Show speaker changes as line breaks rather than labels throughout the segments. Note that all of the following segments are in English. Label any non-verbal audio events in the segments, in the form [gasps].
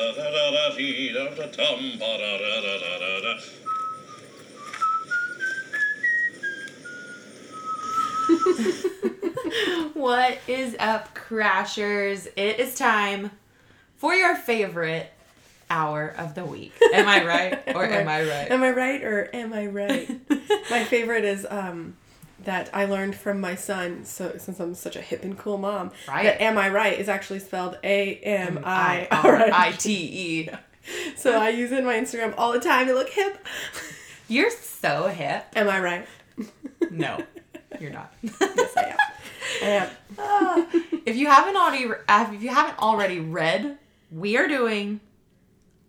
da dee da da dum ba da da da da da da.
What is up, Crashers? It is time for your favorite hour of the week. Am I
[laughs]
right? Or am I right?
Am I right or am
[laughs]
I right? my favorite is um, that I learned from my son. So since I'm such a hip and cool mom,
Right.
that "am I right" is actually spelled A M I R
I
I.
T E.
So I use it in my Instagram all the time to look hip.
You're so hip.
Am I right?
No, you're
[laughs]
not.
I
[laughs]
am. I am.
if you haven't already, if you haven't already read, we are doing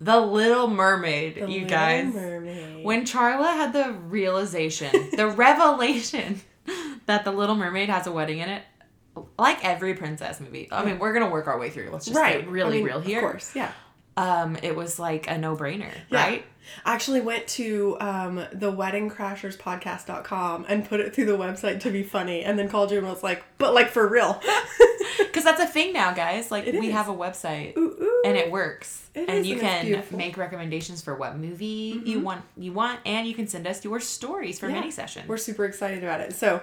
the Little Mermaid.
The
you
Little
guys.
Mermaid.
When Charla had the realization, the [laughs] revelation that the Little Mermaid has a wedding in it, like every princess movie. I mean, we're gonna work our way through. Let's just
right,
get really
I mean,
real here.
Of course, yeah.
Um, it was like a no-brainer,
Yeah. [laughs]
right?
I actually went to um, the weddingcrasherspodcast.com and put it through the website to be funny and then called you and was like, but like for real.
Because that's a thing now, guys. Like
It
we
is.
have a website.
Ooh, ooh.
[laughs] And it works,
It
and
is,
you
and it's
can
beautiful. Mm-hmm.
make recommendations for what movie you want. You want, and you can send us your stories for
Yeah.
mini sessions.
We're super excited about it. So,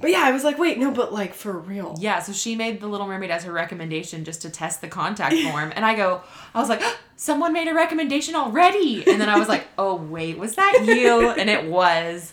but yeah, I was like, wait, no, but like for real.
Yeah, so she made The Little Mermaid as her recommendation just to test the
[laughs]
contact form. And I go, I was like, [gasps] someone made a recommendation already. And then I was
[laughs]
like, oh, wait, was that you? And it was.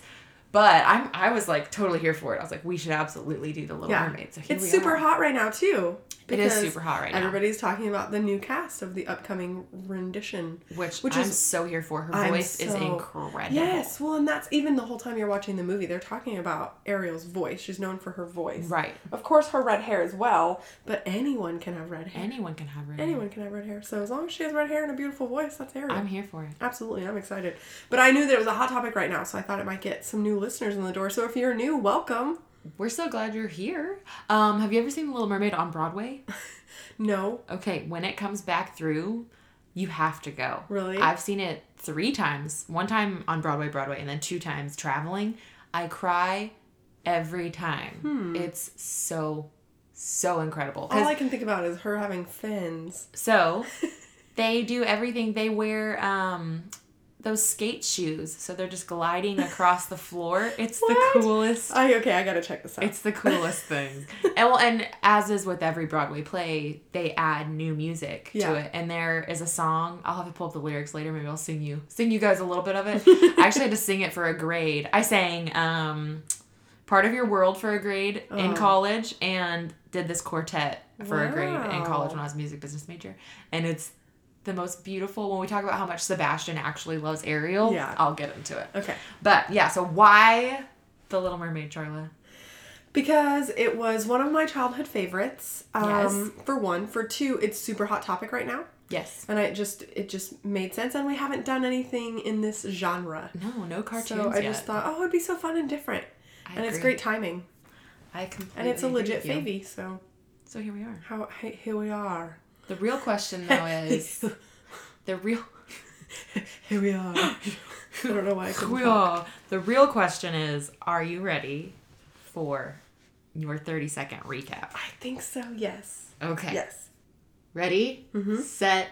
But I'm, I was like totally here for it. I was like, we should absolutely do The Little
Yeah.
Mermaid. So here
It's
we
super
are.
hot right now, too.
It is
because
super hot right now.
Everybody's talking about the new cast of the upcoming rendition.
Which,
which
I'm
is-
so here for. Her
I'm
voice is
so-
incredible.
Yes, well, and that's even the whole time you're watching the movie, they're talking about Ariel's voice. She's known for her voice.
Right.
Of course, her red hair as well, but anyone can have red hair.
Anyone can have her.
Anyone can have red hair. So as long as she has red hair and a beautiful voice, that's Ariel.
I'm here for it.
Absolutely, I'm excited. But I knew that it was a hot topic right now, so I thought it might get some new listeners in the door. So if you're new, welcome.
We're so glad you're here. Um, have you ever seen The Little Mermaid on Broadway?
No,
Okay, when it comes back through, you have to go.
Really?
I've seen it three times. One time on Broadway, Broadway, and then two times traveling. I cry every time. It's so, so incredible. 'Cause-
all Hmm. Oh, I can think about is her having fins. [laughs]
so they do everything. They wear um those skate shoes, so they're just gliding across the floor. It's
What?
the coolest.
I okay, I gotta check this out.
It's the [laughs] coolest thing. and well, and as is with every Broadway play, they add new music
Yeah.
to it. And there is a song. I'll have to pull up the lyrics later. Maybe I'll sing you sing you guys a little bit of it. I actually had to sing it for a grade. I sang um, part of your world for a grade in
Oh.
college, and did this quartet for a grade in college
Wow.
when I was a music business major. And it's the most beautiful. When we talk about how much Sebastian actually loves Ariel,
Yeah.
I'll get into it.
okay.
But yeah, so why the Little Mermaid, Charla?
Because it was one of my childhood favorites. Um
Yes.
for one. For two, it's super hot topic right now.
Yes.
And I just it just made sense and we haven't done anything in this genre.
No, no cartoons.
So I
yet.
just thought, oh it'd be so fun and different.
I
and it's
agree.
great timing.
I completely.
And it's a
agree
legit
with you.
favy, so
So here we are.
how hey, here we are.
The real question [laughs] though
[laughs]
is the [laughs] real.
Here we are. [laughs] I don't know why I couldn't
We
talk.
are. The real question is: Are you ready for your thirty second recap?
I think so, yes.
Okay.
Yes.
Ready, set,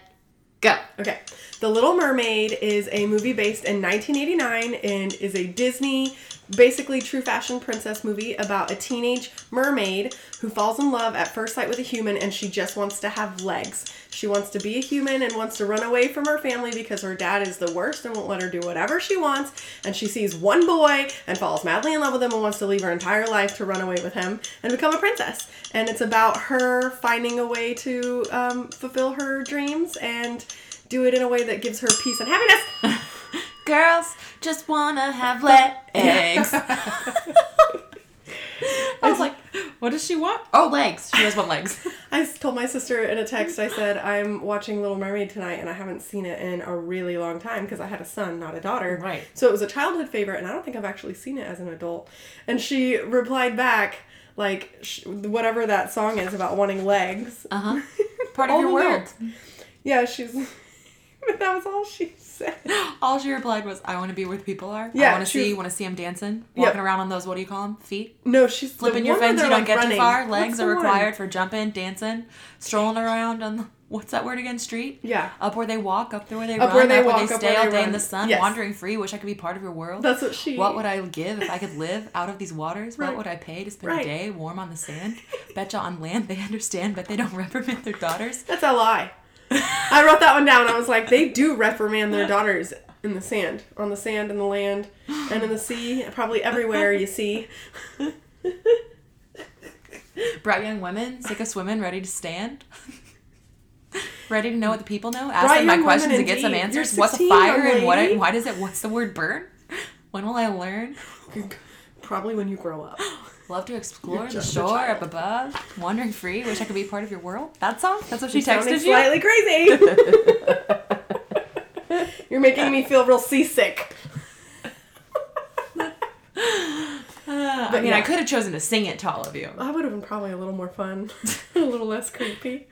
go.
Okay. The Little Mermaid is a movie based in 1989 and is a Disney, basically true fashion princess movie about a teenage mermaid who falls in love at first sight with a human and she just wants to have legs. She wants to be a human and wants to run away from her family because her dad is the worst and won't let her do whatever she wants. And she sees one boy and falls madly in love with him and wants to leave her entire life to run away with him and become a princess. And it's about her finding a way to um, fulfill her dreams and do it in a way that gives her peace and happiness. [laughs]
Girls just wanna have legs. [laughs] I was like, what does she want? Oh, legs. She does want [laughs] legs.
I s- told my sister in a text, I said, I'm watching Little Mermaid tonight and I haven't seen it in a really long time because I had a son, not a daughter.
Right.
So it was a childhood favorite and I don't think I've actually seen it as an adult. And she replied back, like, sh- whatever that song is about wanting legs.
Uh huh. Part of
All
your
the
world.
lyrics. Yeah, she's. [laughs] but that was all she said.
All she replied was, "I want to be where the people are. I
Yeah,
want to
she was-
see. Want to see them dancing,
Yeah.
walking around on those. What do you call them? Feet.
No, she's. the
Flipping your
one where
fins. You
they're,
don't
like,
get
running.
too far.
What's
Legs
the
are
one?
required for jumping, dancing, strolling around on the what's that word again? Street.
Yeah.
Up where they walk, up there where they
Up
run,
where they
up where
walk,
they
up
stay
where
all
they
day in
run.
the sun,
Yes.
wandering free. Wish I could be part of your world.
That's what she.
What would I give if I could live out of these waters? What
Right.
would I pay to spend
Right.
a day warm on the sand? Betcha on land they [laughs] understand, but they don't reprimand their daughters.
That's a lie. I wrote that one down. I was like, they do reprimand their daughters in the sand, on the sand, in the land, and in the sea, probably everywhere you see.
Bright young women, sick of swimming, ready to stand. [laughs] ready to know what the people know. Ask
Bright
them my
young
questions
women
and get some
indeed. You're
answers. What's a
16,
fire
young
and what
lady.
it, why does it what's the word burn? When will I learn?
Probably when you grow up.
Love to explore the
just a
shore
child.
up above, wandering free. Wish I could be part of your world. That song? That's what she
Sounding
texted you.
slightly crazy. You're making me feel real seasick.
Uh, I
But
mean, I
yeah. Oh.
could have chosen to sing it to all of you.
That would have been probably a little more fun, a little less creepy.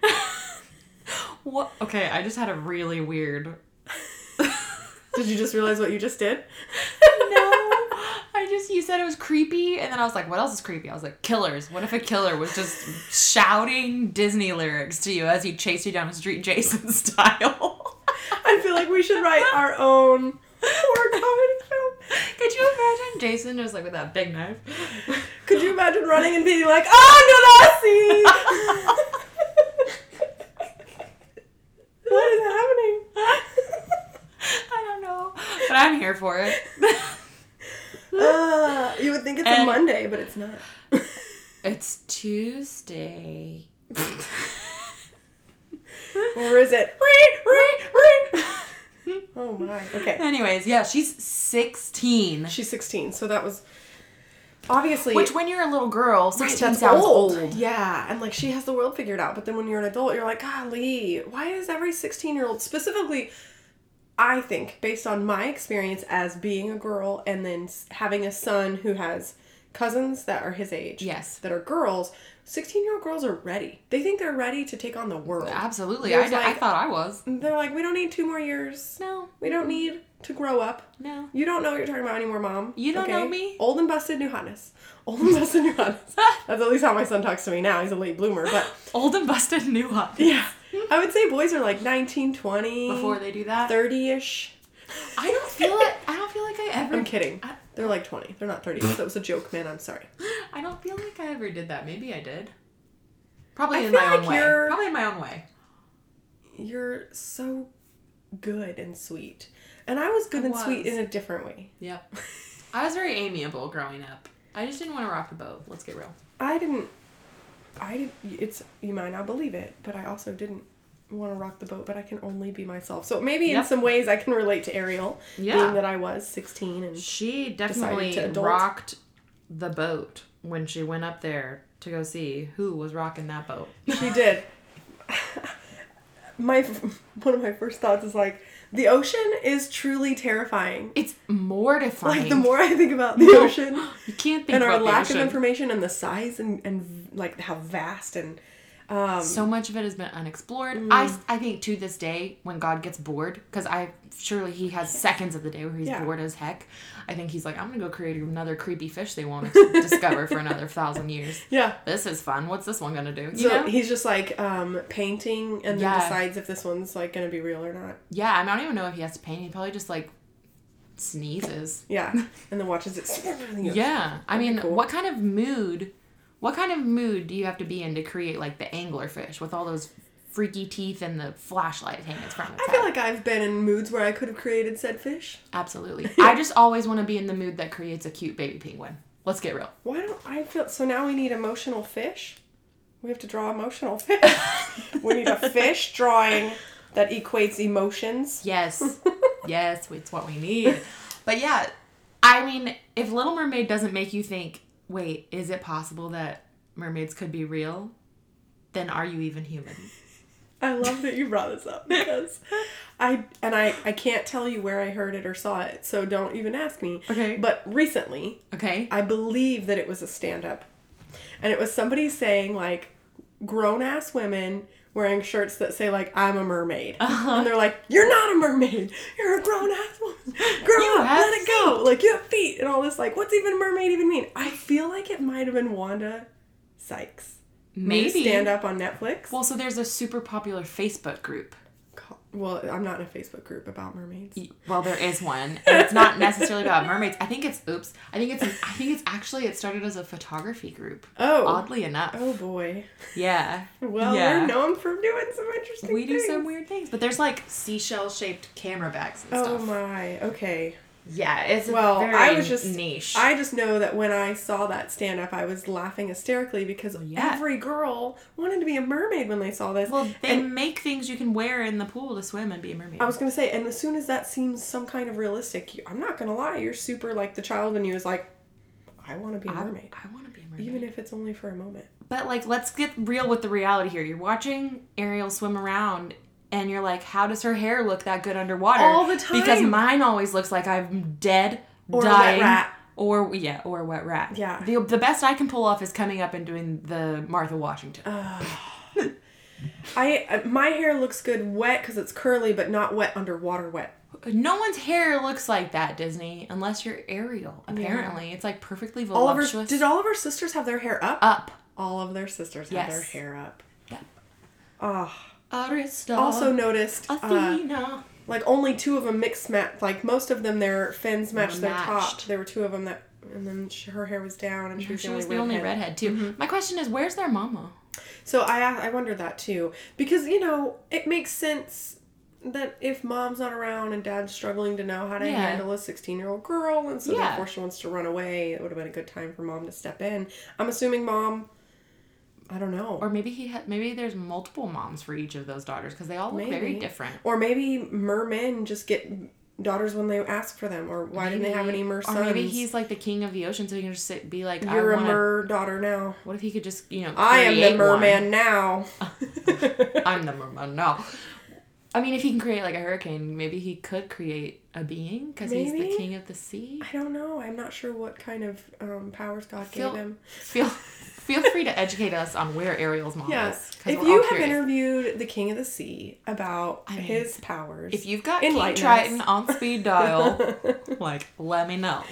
What? Okay, I just had a really weird
Did you just realize what you just did?
no. [laughs] I just you said it was creepy, and then I was like, "What else is creepy?" I was like, "Killers." What if a killer was just shouting Disney lyrics to you as he chased you down the street, Jason [laughs] style?
I feel like we should write our own horror comedy film.
Could you imagine Jason just like with that big
[laughs]
knife?
Could you imagine running and being like, "Ah, "Oh, no, [laughs] What is happening?
I don't know, but I'm here for it.
[laughs] Uh, you would think it's
And-
a Monday, but it's not. [laughs]
it's Tuesday.
Or is [laughs] it? [laughs] Oh my. Okay.
Anyways, yeah, she's 16.
She's 16, so that was obviously
Which, when you're a little girl, 16
that's
sounds
old.
old.
Yeah, and like she has the world figured out, but then when you're an adult, you're like, golly, why is every 16 year old specifically? I think, based on my experience as being a girl and then s- having a son who has cousins that are his age,
Yes.
that are girls, 16 year old girls are ready. They think they're ready to take on the world.
Absolutely. I,
There's
d- I
like-
thought I was.
They're like, we don't need two more years.
No.
We don't need to grow up.
No.
You don't know what you're talking about anymore, mom.
You don't know me?
Old and busted, new hotness. Old and busted, new
[laughs]
hotness. That's at least how my son talks to me now. He's a late bloomer, but [laughs]
Old and busted, new hot.
yeah. I would say boys are like 19, 20,
Before they do that,
30 ish.
I don't [laughs] feel it. I don't feel like I ever.
I'm kidding.
I,
They're like 20. They're not 30. That was a joke, man. I'm sorry.
I don't feel like I ever did that. Maybe I did. Probably
I
in
feel
my own
like
way.
you're-
Probably in my own way.
You're so good and sweet. And I was good
I
and sweet
was.
in a different way. [laughs]
Yeah. I was very amiable growing up. I just didn't want to rock the boat. Let's get real.
I didn't. I did. It's you might not believe it, but I also didn't want to rock the boat. But I can only be myself. So maybe in
Yep.
some ways I can relate to Ariel,
Yeah.
being that I was sixteen and
She
definitely
definitely
to adult.
rocked the boat when she went up there to go see who was rocking that boat.
she did. my one of my first thoughts is like the ocean is truly terrifying.
It's mortifying.
Like the more I think about the ocean,
you can't [laughs] think
and
about
our
the
lack
ocean.
of information and the size and and like how vast and um,
so much of it has been unexplored.
Mm-hmm.
I, I think to this day, when God gets bored, because I surely he has seconds of the day where he's
Yeah.
bored as heck. I think he's like, I'm gonna go create another creepy fish they won't ex- [laughs] discover for another thousand years.
yeah.
This is fun. What's this one gonna do? You
So
know?
he's just like um, painting and
Yeah.
then decides if this one's like gonna be real or not.
yeah, I don't even know if he has to paint. He probably just like sneezes.
Yeah. [laughs] And then watches it.
Yeah, I mean,
cool.
what kind of mood? What kind of mood do you have to be in to create like the anglerfish with all those freaky teeth and the flashlight hanging from its head?
I feel like I've been in moods where I could have created said fish.
Absolutely. I just always want to be in the mood that creates a cute baby penguin. Let's get real.
Why don't I feel so now we need emotional fish? We have to draw emotional [laughs] fish. we need a fish drawing that equates emotions.
Yes.
[laughs]
yes, it's what we need. But yeah, I mean, if Little Mermaid doesn't make you think, wait, is it possible that mermaids could be real? Then are you even human?
I love that you brought this up because I and I I can't tell you where I heard it or saw it, so don't even ask me.
Okay.
But recently,
Okay.
I believe that it was a stand up. And it was somebody saying, like, grown ass women wearing shirts that say, like, I'm a mermaid.
Uh-huh.
And they're like, You're not a mermaid. You're a grown ass woman. Grow
You
up.
have
Let it go. Like, you have feet and all this. Like, what's even a mermaid even mean? I feel like it might have been Wanda Sykes New
Maybe.
stand up on Netflix.
Well, so there's a super popular Facebook group.
Ca- Well, I'm not in a Facebook group about mermaids.
Well, there is one, and it's not necessarily about mermaids. I think it's oops. I think it's I think it's actually it started as a photography group.
Oh.
Oddly enough.
Oh boy.
Yeah.
Well,
Yeah.
we're known for doing some interesting
We do
things.
some weird things, but there's like seashell shaped camera bags and
Oh
stuff.
my. Okay.
Yeah, it's
Well,
very
I was just
niche.
I just know that when I saw that stand up, I was laughing hysterically because
yeah.
every girl wanted to be a mermaid when they saw this.
well, they
and
make things you can wear in the pool to swim and be a mermaid.
I was gonna say, and as soon as that seems some kind of realistic, you, I'm not gonna lie, you're super like the child in you is like, I want to be a
I,
mermaid,
want to be a mermaid.
even if it's only for a moment.
But like, let's get real with the reality here. You're watching Ariel swim around, and you're like, how does her hair look that good underwater?
All the time.
Because mine always looks like I'm dead,
Or a wet
dying,
rat.
or yeah, or a wet rat.
Yeah.
The the best I can pull off is coming up and doing the Martha Washington.
I uh, my hair looks good wet because it's curly, but not wet underwater wet.
no one's hair looks like that, Disney, unless you're Ariel. Apparently, it's like perfectly
All of her,
voluptuous.
did all of her sisters have their hair up?
up.
all of their sisters have their
Yes.
hair up.
Yep.
Ah.
Aristotle.
also noticed uh,
Athena.
like only two of them mixed match like most of them their fins matched their top
matched.
there were two of them that and then sh her hair was down and she was,
she was
the
the only
redhead. Mm-hmm.
redhead too. My question is, where's their mama?
so i i wondered that too because you know it makes sense that if mom's not around and dad's struggling to know how to
Yeah.
handle a 16 year old girl and so
Yeah.
therefore she wants to run away it would have been a good time for mom to step in i'm assuming mom i don't know
Or maybe he had. Maybe there's multiple moms for each of those daughters because they all look very
Maybe.
different.
or maybe mermen just get daughters when they ask for them or why didn't they have any mer sons
Or maybe he's like the king of the ocean, so he can just sit, be like,
You're
I
a
want.
mer daughter now.
What if he could just, you know,
I am the
create one?
merman
[laughs]
now.
I'm the merman. No. I mean, if he can create like a hurricane, maybe he could create a being because he's the
Maybe.
king of the sea.
I don't know. I'm not sure what kind of um, powers God
Feel
gave him.
feel feel free to educate us on where Ariel's mom
Yes.
is. 'cause
If
we're
you
all
have
curious.
interviewed the King of the Sea about
mean,
his powers, [laughs]
if you've got King
enlighten
Triton
us.
on speed
[laughs]
dial, like let me know.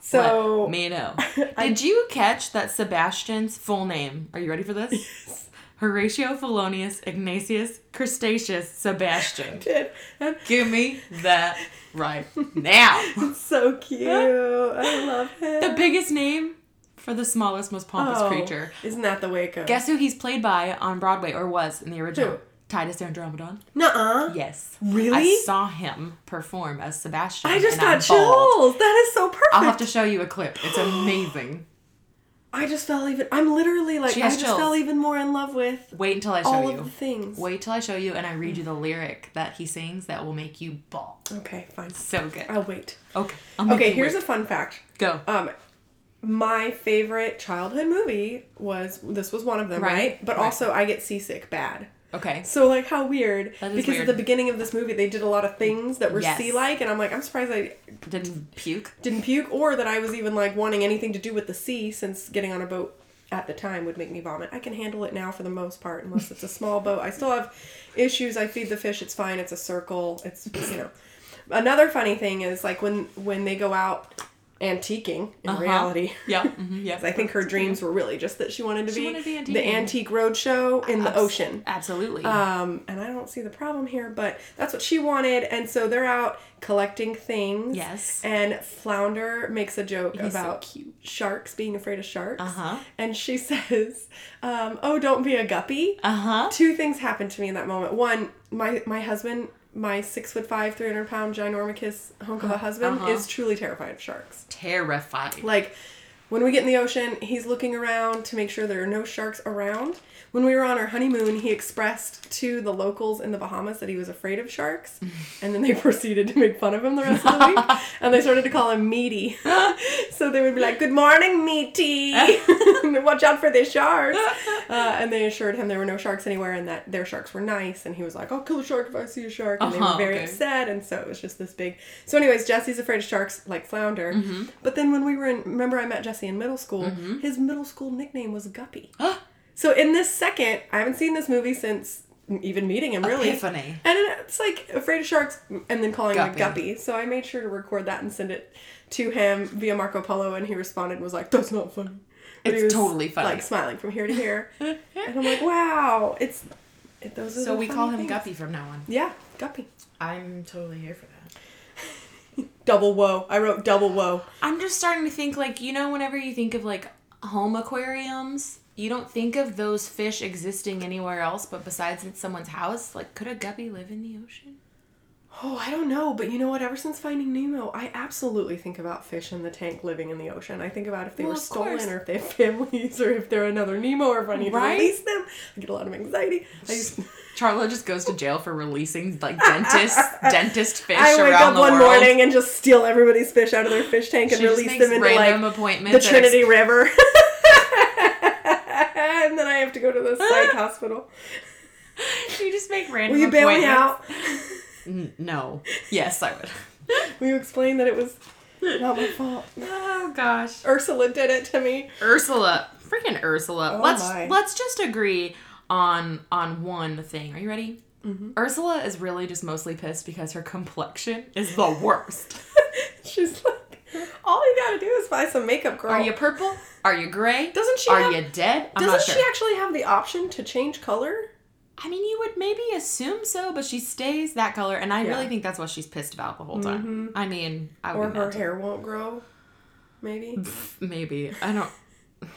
so
Let me know. Did you catch that Sebastian's full name? Are you ready for this? Horatio Felonius Ignatius Crustaceus Sebastian.
did. And
Give me that right now.
[laughs] [laughs] so cute. I love
[laughs]
him.
the biggest name for the smallest, most pompous
Oh,
creature.
Isn't that the way it goes?
Guess who he's played by on Broadway or was in the original?
Who?
Titus Andromedon.
Nuh-uh.
Yes.
Really?
I saw him perform as Sebastian.
I just
and
got
I'm bald.
chills. That is so perfect.
I'll have to show you a clip. It's amazing.
I just fell even. I'm literally like.
She
I
has
just
chills.
fell even more in love with
Wait until I show
all
you.
of the things.
Wait till I show you and I read you the lyric that he sings that will make you bald.
Okay, fine.
So good.
I'll wait.
Okay. I'll make
Okay,
you
here's
wait.
a fun fact.
go.
Um, my favorite childhood movie was this was one of them, right?
Right,
But
right.
also, I get seasick bad.
Okay.
So like, how weird?
That is
because
weird.
at the beginning of this movie, they did a lot of things that were
Yes.
sea-like, and I'm like, I'm surprised I
Didn't puke.
didn't puke or that I was even like wanting anything to do with the sea, since getting on a boat at the time would make me vomit. I can handle it now for the most part, unless it's a small boat. I still have issues. I feed the fish. It's fine. It's a circle. It's you know. Another funny thing is like when when they go out antiquing in
Uh-huh.
reality. [laughs]
Yeah. mhm, yeah.
'Cause I think her dreams were really just that she wanted to
She
be,
wanted to be
the
antiquing.
antique roadshow in the ocean.
Absolutely.
Um, and I don't see the problem here, but that's what she wanted, and so they're out collecting things.
Yes.
And Flounder makes a joke
so
about
cute.
sharks being afraid of sharks.
Uh-huh.
And she [laughs] says, um, "Oh, don't be a guppy."
uh huh.
Two things happened to me in that moment. One, my my husband, my six foot five, three hundred pound ginormicus hunk of a husband,
Uh-huh.
is truly terrified of sharks.
Terrifying.
Like when we get in the ocean, he's looking around to make sure there are no sharks around. When we were on our honeymoon, he expressed to the locals in the Bahamas that he was afraid of sharks, and then they [laughs] proceeded to make fun of him the rest of the week, and they started to call him Meaty. so they would be like, "Good morning, Meaty. Watch out for the sharks." Uh, and they assured him there were no sharks anywhere, and that their sharks were nice. And he was like, "I'll kill a shark if I see a shark." And they
Uh-huh,
were very
okay.
upset said, and so it was just this big. So, anyways, Jesse's afraid of sharks, like flounder.
Mm-hmm.
But then when we were in, remember I met Jesse in middle school. His middle school nickname was Guppy. so in this second, I haven't seen this movie since even meeting him [gasps] really.
Epiphany.
And it's like afraid of sharks, and then calling him a
Guppy.
Guppy. So I made sure to record that and send it to him via Marco Polo, and he responded and was like, "That's not funny." But
It's
he was,
totally funny.
Like smiling from here to
[laughs]
here, and I'm like, wow, it's it, those. Are
So
the
we call
funny
him
things.
Guppy from now on.
Yeah, Guppy.
I'm totally here for that.
Double woe. I wrote double woe.
I'm just starting to think like you know whenever you think of like home aquariums, you don't think of those fish existing anywhere else but besides in someone's house. Like could a guppy live in the ocean?
Oh, I don't know, but you know what? Ever since Finding Nemo, I absolutely think about fish in the tank living in the ocean. I think about if they
Well,
were
of
stolen
course.
or if they have families or if they're another Nemo or if I need
Right?
to release them. I get a lot of anxiety. I just
Charlo just goes to jail for releasing like [laughs] dentist dentist fish
I wake
around
up
the
one
world.
morning and just steal everybody's fish out of their fish tank and
She just
release
makes
them into
random
like the
appointments. at ex-
Trinity River. [laughs] and then I have to go to the
[gasps]
psych hospital.
you just make
Will
random.
you bail me
appointments.
out?
N- no. Yes, I would.
[laughs] Will you explain that it was not my fault?
[laughs] Oh gosh.
Ursula did it to me.
Ursula, freaking Ursula.
Oh
let's
my.
let's just agree on on one thing. Are you ready?
Mm-hmm.
Ursula is really just mostly pissed because her complexion is
[laughs]
the worst.
She's like, all you gotta do is buy some makeup, girl.
Are you purple? Are you gray?
Oh. Doesn't she
Are
have-
you dead? I'm not
Doesn't
sure.
she actually have the option to change color?
I mean, you would maybe assume so, but she stays that color, and I really
Yeah. Mm-hmm.
think that's what she's pissed about the whole time. I mean, I
Or
would
her
not. Mm-hmm.
hair won't grow? Maybe.
[laughs] maybe I don't. [sighs]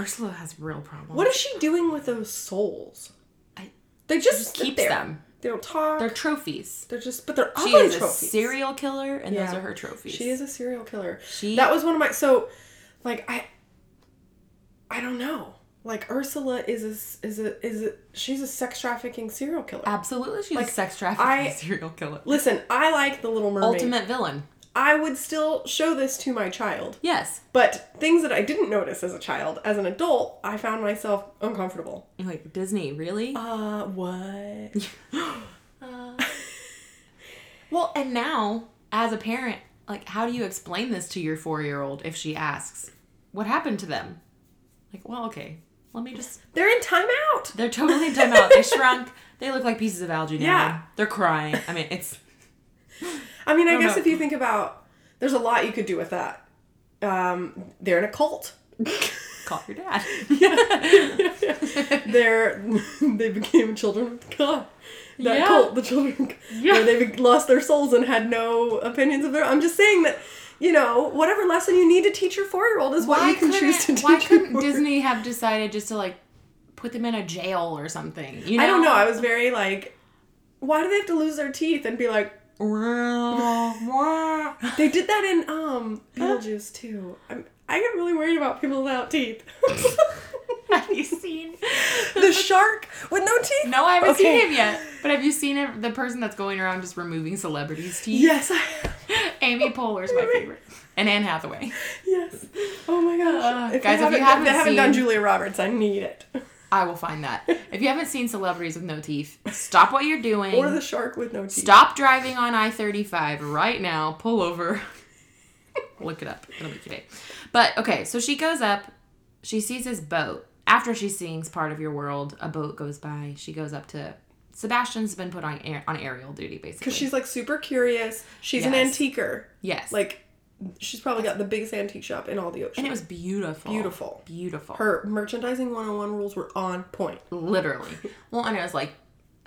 Ursula has real problems.
What is she doing with those souls?
I-
They just,
just
sit
keeps
there.
them.
They don't talk.
They're
They're,
trophies.
just, but they're
She
ugly
is a
trophies.
serial killer, and those
Yeah.
are her trophies.
She is a serial killer.
She-
that was one of my so, like I. I don't know. Like Ursula is a s- is a is a she's a sex trafficking serial killer.
Uh, Absolutely, she's
Like,
a sex trafficking [laughs]
I-
serial killer.
Listen, I like the Little Mermaid.
Ultimate villain.
I would still show this to my child.
Yes.
But things that I didn't notice as a child, as an adult, I found myself uncomfortable.
You're like Disney, really?
Uh, what?
[gasps]
uh.
well, and now as a parent, like, how do you explain this to your four-year-old if she asks, "What happened to them?" Like, well, okay, let me just.
They're in timeout.
They're totally done out.
[laughs]
They shrunk. They look like pieces of algae now.
Yeah.
They're crying. I mean, it's
I mean, I guess
no.
if you think about, there's a lot you could do with that. Um, they're in
[laughs]
a cult.
call your
[laughs]
dad.
they're [laughs] they became children of God. That
Yeah.
cult, the children. of God,
Yeah.
Where they be- lost their souls and had no opinions of their. I'm just saying that. You know, whatever lesson you need to teach your four year old is what you can choose to
couldn't-
teach.
Why
your
couldn't
four-
Disney have decided just to like put them in a jail or something? You know?
I don't know. I was very like, why do they have to lose their teeth and be like,
I
they did that
[gasps]
in um Beetlejuice too. I'm, I get really worried about people
[laughs]
without teeth.
[laughs] have you
[laughs]
seen?
the shark with no teeth.
No, I haven't
Okay.
seen him yet. But have you seen it, the person that's going around just removing celebrities' teeth?
Yes, I.
Amy Poehler's my favorite, and Anne Hathaway.
Yes. Oh my gosh.
Uh,
I
guys, if you
haven't,
haven't
they haven't done
seen-
Julia Roberts, I need it.
I will find that. If you haven't seen celebrities with no teeth, stop what you're doing.
Or the shark with no teeth.
Stop driving on I 35 right now. Pull over. [laughs] Look it up. It'll make you day. But okay, so she goes up. She sees his boat. After she sings Part of Your World, a boat goes by. She goes up to. Sebastian's been put on air, on aerial duty basically.
Because she's like super curious. She's an
Yes.
antiquer.
yes,
Like, she's probably got the biggest antique shop in all the ocean.
and it was beautiful,
beautiful.
beautiful.
Her merchandising 101 rules were on point. [laughs]
Literally. Well, and it was like, [sighs]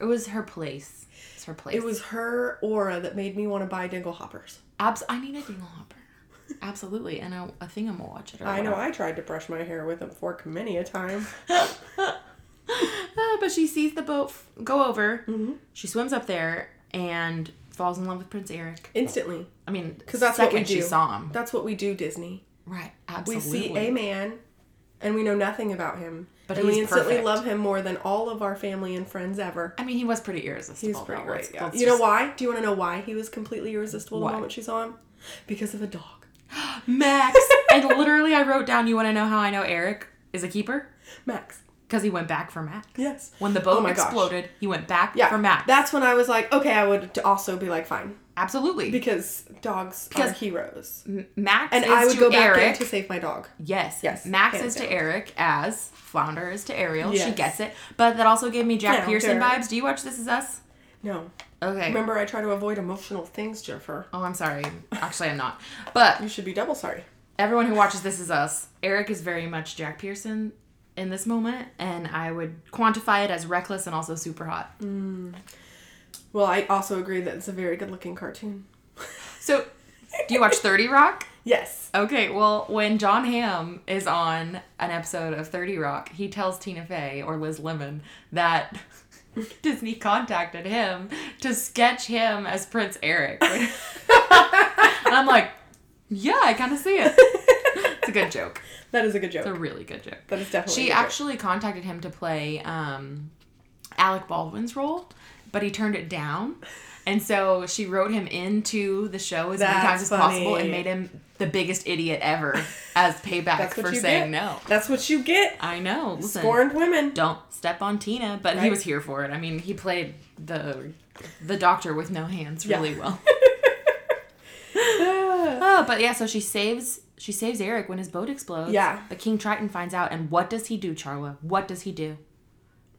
it was her place. It's her place.
It was her aura that made me want to buy dingle hoppers.
Abs- I need a dingle hopper. Absolutely, and a, a thingamawatch. Or
I know
whatever.
I tried to brush my hair with a fork many a [laughs] time.
Ah, but she sees the boat f- go over.
Mm-hmm.
She swims up there and falls in love with Prince Eric.
Instantly.
I mean,
Because that's
second
what we
she
do.
saw him.
That's what we do, Disney.
Right.
We
Absolutely.
see a man and we know nothing about him.
But
and we
he's
instantly
perfect.
love him more than all of our family and friends ever.
I mean, he was pretty
He's
irresistible.
pretty
though.
great.
Let's-
yeah.
let's
You know
just-
why? Do you want to know why he was completely irresistible
Why?
the moment she saw him? Because of a dog.
Max. [laughs] and literally, I wrote down. You want to know how I know Eric is a keeper?
Max.
Because he went back for Max.
Yes.
When the boat
Oh my gosh.
exploded, he went back
Yeah.
for Max.
That's when I was like, okay, I would also be like, fine.
Absolutely.
Because dogs are
Because-
heroes.
M- Max
And
is
I would
to
go back
Eric.
in to save my dog.
yes.
Yes,
Max is
hands
to
down.
Eric as Flounder is to Ariel. She
Yes.
gets it. But that also gave me Jack
Flounder.
Pearson vibes. Do you watch This Is Us?
No.
Okay.
Remember, I try to avoid emotional things, Jennifer.
Oh, I'm sorry. Actually, I'm not. But
You should be double sorry.
everyone who watches This Is Us, Eric is very much Jack Pearson in this moment, and I would quantify it as reckless and also super hot.
Well, I also agree that it's a very good looking cartoon.
So, do you watch 30 Rock?
Yes. [laughs]
Okay, well, when John Hamm is on an episode of 30 Rock, he tells Tina Fey or Liz Lemon that [laughs] Disney contacted him to sketch him as Prince Eric. and I'm like, yeah, I kind of see it. It's a good joke.
That is a good joke.
It's a really good joke.
that is definitely.
She
a good joke.
actually contacted him to play um, Alec Baldwin's role, but he turned it down. And so she wrote him into the show as many times
That's
as possible and
funny.
made him the biggest idiot ever
[laughs]
as payback
That's what
for
you
saying
get.
no.
That's what you get.
I know. Listen,
Scorned
[laughs]
women.
don't step on Tina, but he
Right.
was here for it. I mean, he played the the doctor with no hands
Yeah.
really
[laughs]
well. Oh, but yeah, so she saves she saves Eric when his boat explodes.
Yeah.
But King Triton finds out and what does he do, Charla? What does he do?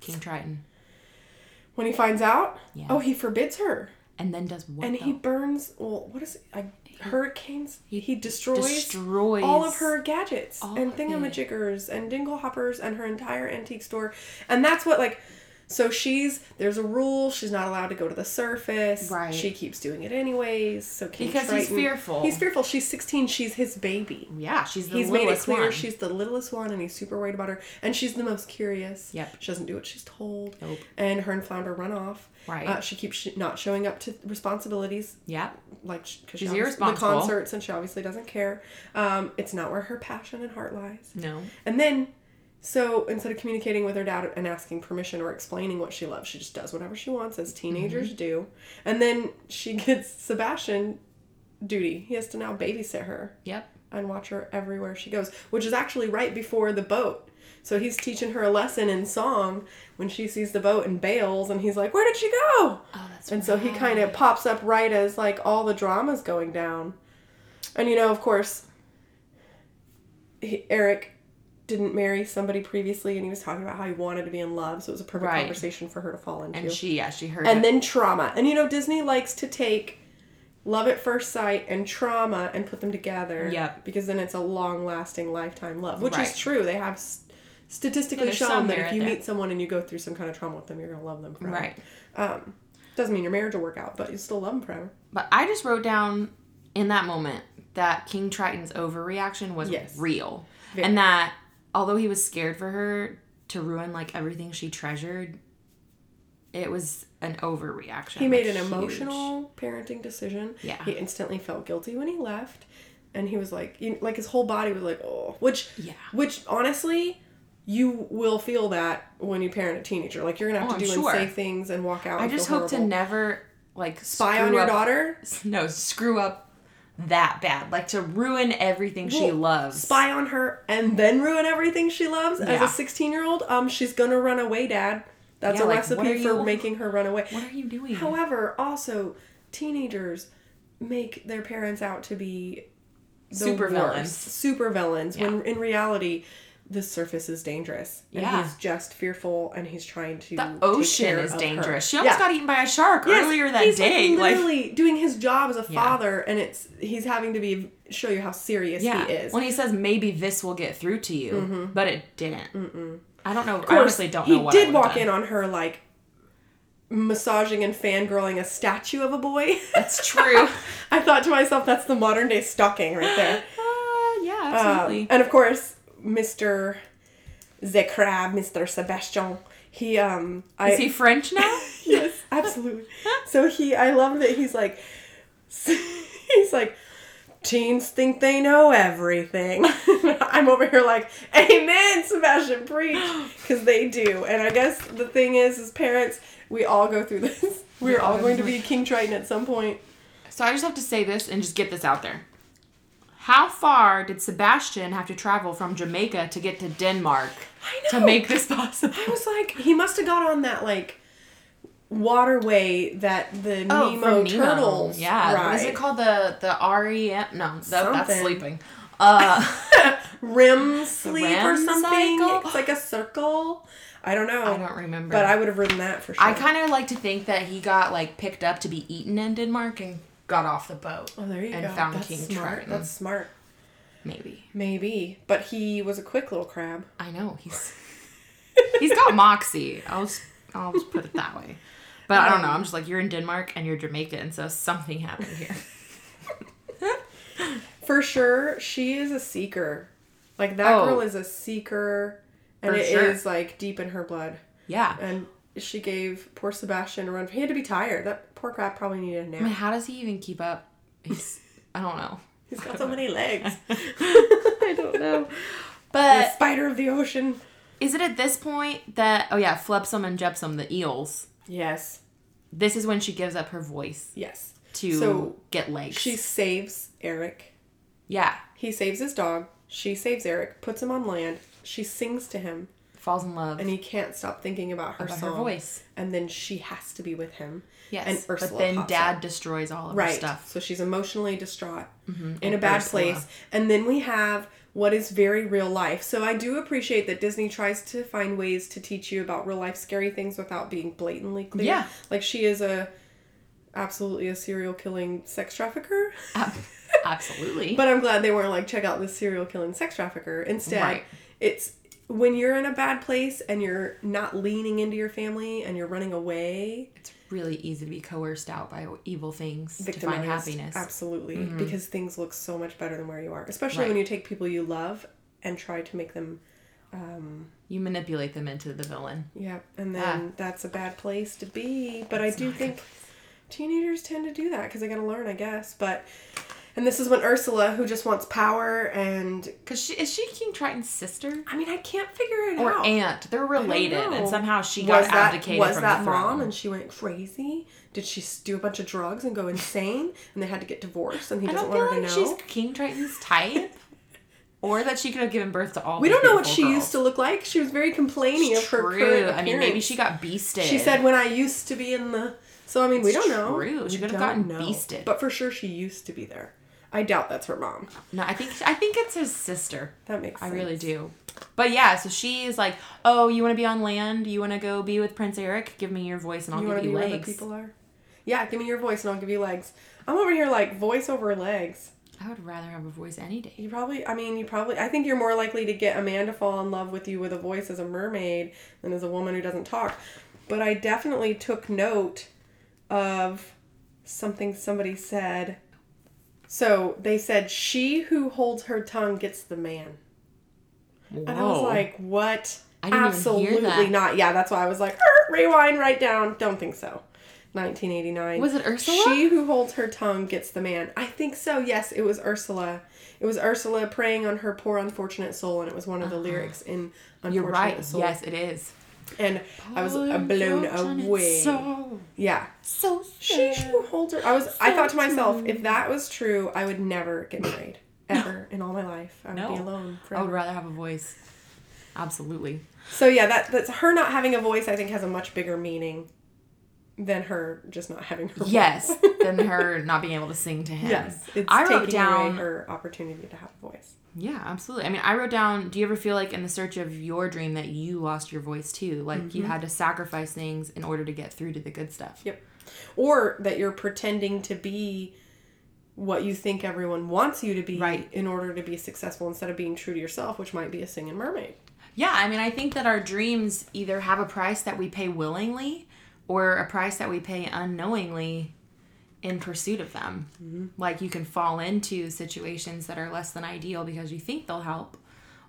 King Triton.
when he finds out,
Yeah.
oh, he forbids her,
And then does what
and
though?
he burns. Well, what is it? Like hurricanes. He, destroys,
destroys
all of her gadgets
all
and
of
thingamajiggers and dingle hoppers and her entire antique store, and that's what like. So she's there's a rule she's not allowed to go to the surface.
Right.
She keeps doing it anyways. So King
Because he's
Triton-
fearful.
He's fearful. She's 16. She's his baby.
Yeah, she's the
he's made it
littlest
clear
one.
she's the littlest one and he's super worried about her and she's the most curious
Yep.
she doesn't do what she's told
Nope.
and her and flounder run off
Right.
uh, she keeps sh- not showing up to responsibilities
yeah.
like sh- cause
She's
she obviously-
irresponsible.
the concerts and she obviously doesn't care um, it's not where her passion and heart lies
No.
and then so instead of communicating with her dad and asking permission or explaining what she loves she just does whatever she wants as teenagers
Mm-hmm.
do and then she [laughs] gets sebastian duty he has to now babysit her
Yep.
and watch her everywhere she goes, which is actually right before the boat. So he's teaching her a lesson in song when she sees the boat and bails, and he's like, Where did she go?
Oh, that's
And so he kind of pops up right as like all the drama's going down. And you know, of course, he, Eric didn't marry somebody previously, and he was talking about how he wanted to be in love, so it was a perfect
Right.
conversation for her to fall into
And she yeah, she heard
and
it.
then trauma. And you know, Disney likes to take love at first sight and trauma and put them together.
Yep.
Because then it's a long lasting lifetime love, which
Right.
is true. They have s statistically
There's some
shown that
merit
if you
there.
meet someone and you go through some kind of trauma with them, you're going to love them forever.
Right.
Doesn't mean your marriage will work out, but you still love them forever.
But I just wrote down in that moment that King Triton's overreaction was
Yes.
real.
Very.
And that although he was scared for her to ruin like everything she treasured, it was an overreaction.
He made
like,
an
huge.
emotional parenting decision.
Yeah.
He instantly felt guilty when he left. And he was like, you, like his whole body was like, oh, which,
Yeah.
which honestly, you will feel that when you parent a teenager. Like you're gonna have
Oh,
to do
I'm sure.
and say things and walk out.
I
and
just
feel
hope to
horrible.
never like
spy on
screw
your
up-
daughter.
No, screw up that bad. Like to ruin everything she
Well,
loves.
Spy on her and then ruin everything she loves as
Yeah.
a 16 year old. Um, she's gonna run away, Dad. That's
Yeah,
a
like, what are
recipe for
you-
making her run away.
What are you doing?
However, also teenagers make their parents out to be the
Supervillains.
worst. super villains. When in reality, the surface is dangerous, and
Yeah.
he's just fearful, and he's trying to.
the
take
ocean
care
is
of her.
dangerous. She almost
Yeah.
got eaten by a shark
Yes,
earlier that
he's, like,
day. Like,
literally doing his job as a father, and it's he's having to be show you how serious
yeah.
he is. Mm-hmm.
When he says maybe this will get through to you, but it didn't. I don't know.
Of
I
course,
honestly don't
he
know what
did walk in on her like massaging and fangirling a statue of a boy. [laughs]
That's true. uh,
I thought to myself, that's the modern day stalking right there.
yeah,
Um,
absolutely.
and of course, Mr. The Crab, Mr. Sebastian. He, um, I,
Is he French now?
[laughs] yes, absolutely. so he, I love that he's like, [laughs] he's like, teens think they know everything. [laughs] I'm over here like, amen, Sebastian, preach,
[gasps]
because they do. And I guess the thing is, as parents, we all go through this. [laughs] We're all going to be King Triton at some point.
so I just have to say this and just get this out there. How far did Sebastian have to travel from Jamaica to get to Denmark
I
to make this
[laughs]
possible?
I was like, he must have got on that like waterway that the
Oh,
Nemo
from
turtles
Yeah.
ride.
What is it called? The the REM? No, that, that's
Something.
sleeping. Uh,
Rim sleep or
REM
something?
cycle?
It's like a circle. I don't know.
I don't remember.
But I would have ridden that for sure.
I kind of like to think that he got like picked up to be eaten in Denmark and got off the boat.
Oh, there you
and
go.
found
That's
King
smart.
Triton.
That's smart.
Maybe.
Maybe, but he was a quick little crab.
I know
[laughs]
he's he's got moxie. I'll just, I'll just put it that way. But I don't
Um,
know. I'm just like you're in Denmark and you're Jamaican, so something happened here. [laughs]
For sure, she is a seeker. Like that
Oh.
girl is a seeker, and
For
it is
sure.
like deep in her blood.
Yeah.
And she gave poor Sebastian a run. He had to be tired. That poor crab probably needed a
I mean,
nap.
how does he even keep up? He's I don't know.
He's got so many legs. [laughs] I don't know. [laughs] The
But
spider of the ocean.
is it at this point that oh yeah, Flepsum and Jepsum, the eels.
Yes.
This is when she gives up her voice
Yes.
to
So,
get legs.
She saves Eric.
yeah,
He saves his dog. She saves Eric, puts him on land. She sings to him,
falls in love
and he can't stop thinking about her
about her
song.
voice.
And then she has to be with him.
Yes.
And Ursula.
but then
pops
dad
up.
destroys all of her
Right.
stuff. Mm-hmm.
So she's emotionally distraught, in
and
a bad
Ursula.
place. And then we have what is very real life. So I do appreciate that Disney tries to find ways to teach you about real life scary things without being blatantly clear.
Yeah.
Like she is a absolutely a serial killing sex trafficker.
Ab- [laughs] Absolutely.
But I'm glad they weren't like, check out this serial killing sex trafficker. Instead,
Right.
it's when you're in a bad place and you're not leaning into your family and you're running away.
it's really easy to be coerced out by evil things to
victimized.
find happiness. Mm-hmm.
Absolutely. Because things look so much better than where you are, especially when
Right.
you take people you love and try to make them.
you manipulate them into the villain.
Yeah.
Ah.
And then that's a bad place to be. But I do think teenagers tend to do that because they got to learn, I guess. But. And this is when Ursula, who just wants power, and
Cause she is she King Triton's sister
I mean, I can't figure it
or
out.
aunt? They're
I don't
related, and
know.
somehow she got
was that,
abdicated
was
from
that
the throne.
mom and she went crazy did she s- do a bunch of drugs and go insane and they had to get divorced and he
I
doesn't
don't
want
feel
her
like
to know
she's King Triton's type, or that she could have given birth to all.
we
these
don't know what she
beautiful
used to look like she was very complaining
girls.
of her
True.
current
I mean, maybe
appearance.
she got beasted.
she said when i used to be in the so i mean we
It's
don't know
true. She
We
could have
don't
gotten beasted.
but for sure she used to be there i doubt that's her mom
"No, I think I think it's his sister."
that makes
I
sense.
really do. But yeah, so she is like, "Oh, you want to be on land? You want to go be with Prince Eric? Give me your voice, and I'll
you want
give
to
you
be where the
legs."
people are yeah give me your voice and i'll give you legs i'm over here like voice over legs
I would rather have a voice any day.
You probably, I mean, you probably, I think you're more likely to get a man to fall in love with you with a voice as a mermaid than as a woman who doesn't talk. But I definitely took note of something somebody said. So they said, She who holds her tongue gets the man. And I was like, What?
I didn't even
Absolutely
hear that.
not. Yeah, that's why I was like, "Er, Rewind right down. Don't think so. 1989.
Was it Ursula?
She who holds her tongue gets the man. I think so. Yes, it was Ursula. It was Ursula praying on her poor unfortunate soul, and it was one of the lyrics in Unfortunate
Uh-huh. You're right.
Soul.
Yes, it is. Oh,
And I was uh, blown away.
So,
Yeah.
so
She who holds her. I was. I thought to myself, if that was true, I would never get married ever in all my life. I would
No. Oh,
be alone
I would
forever.
rather have a voice. Absolutely.
So yeah, that that's her not having a voice. I think has a much bigger meaning than her just not having her.
Yes,
Voice.
than her not being able to sing to him.
yes. It's
I wrote
taking
down.
away her opportunity to have a voice.
Yeah, absolutely. I mean, I wrote down. Do you ever feel like in the search of your dream that you lost your voice too? Like you had to sacrifice things in order to get through to the good stuff.
Yep. Or that you're pretending to be what you think everyone wants you to be
Right.
in order to be successful instead of being true to yourself, which might be a singing mermaid.
Yeah, I mean, I think that our dreams either have a price that we pay willingly or a price that we pay unknowingly in pursuit of them. Like you can fall into situations that are less than ideal because you think they'll help,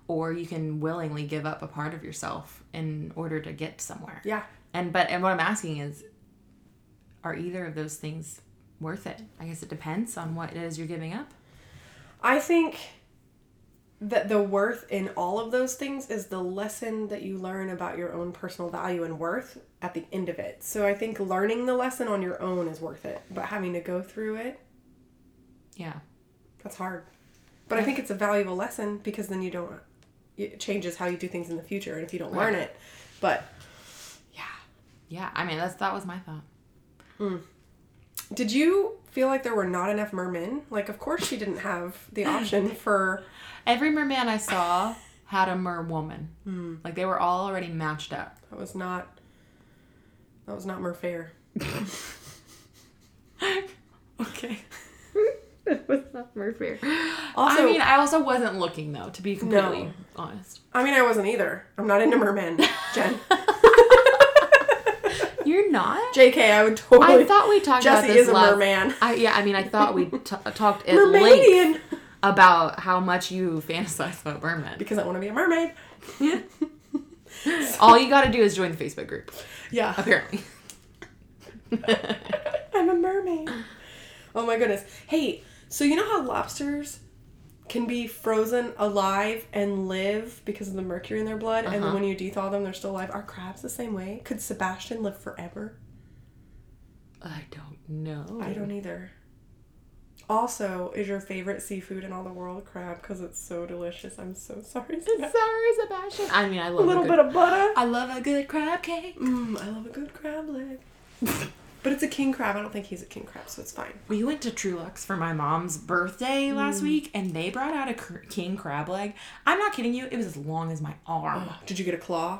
or you can willingly give up a part of yourself in order to get somewhere.
Yeah.
And but and what I'm asking is are either of those things worth it? I guess it depends on what it is you're giving up.
I think that the worth in all of those things is the lesson that you learn about your own personal value and worth at the end of it. So I think learning the lesson on your own is worth it, but having to go through it,
Yeah.
that's hard. But I think it's a valuable lesson because then you don't it changes how you do things in the future and if you don't learn
Right.
it. But yeah.
Yeah. I mean, that's that was my thought.
Did you feel like there were not enough mermen? Like, of course, she didn't have
[laughs]
the option for.
Every merman I [laughs] saw had a merwoman. Like they were all already matched up.
That was not. That was not merfair.
[laughs]
[laughs]
okay.
It was
not Murphy.
Also,
I mean, I also wasn't looking though, to be completely
No.
honest.
I mean, I wasn't either. I'm not into mermen,
[laughs]
Jen.
You're not.
Jk, I would totally.
I thought we talked
Jesse
about this
is a
last-
merman.
I, yeah, I mean, I thought we t- talked
[laughs]
at length
Mermaidian
about how much you fantasize about mermen.
because I want to be a mermaid.
All you got to do is join the Facebook group,
Yeah,
[laughs] apparently.
I'm a mermaid. Oh my goodness. Hey, so you know how lobsters can be frozen alive and live because of the mercury in their blood, and then
Uh-huh.
when you thaw them, they're still alive. Are crabs the same way? Could Sebastian live forever?
I don't know.
I don't either. Also, is your favorite seafood in all the world crab? Because it's so delicious. I'm so sorry. Sebastian.
Sorry, Sebastian. I mean, I
A
love
little bit of butter.
I love a good crab cake.
Mm, I love a good crab leg. but it's a king crab. I don't think he's a king crab, so it's fine.
We went to Trulux for my mom's birthday last week, and they brought out a cr- king crab leg. I'm not kidding you; it was as long as my arm.
Did you get a claw?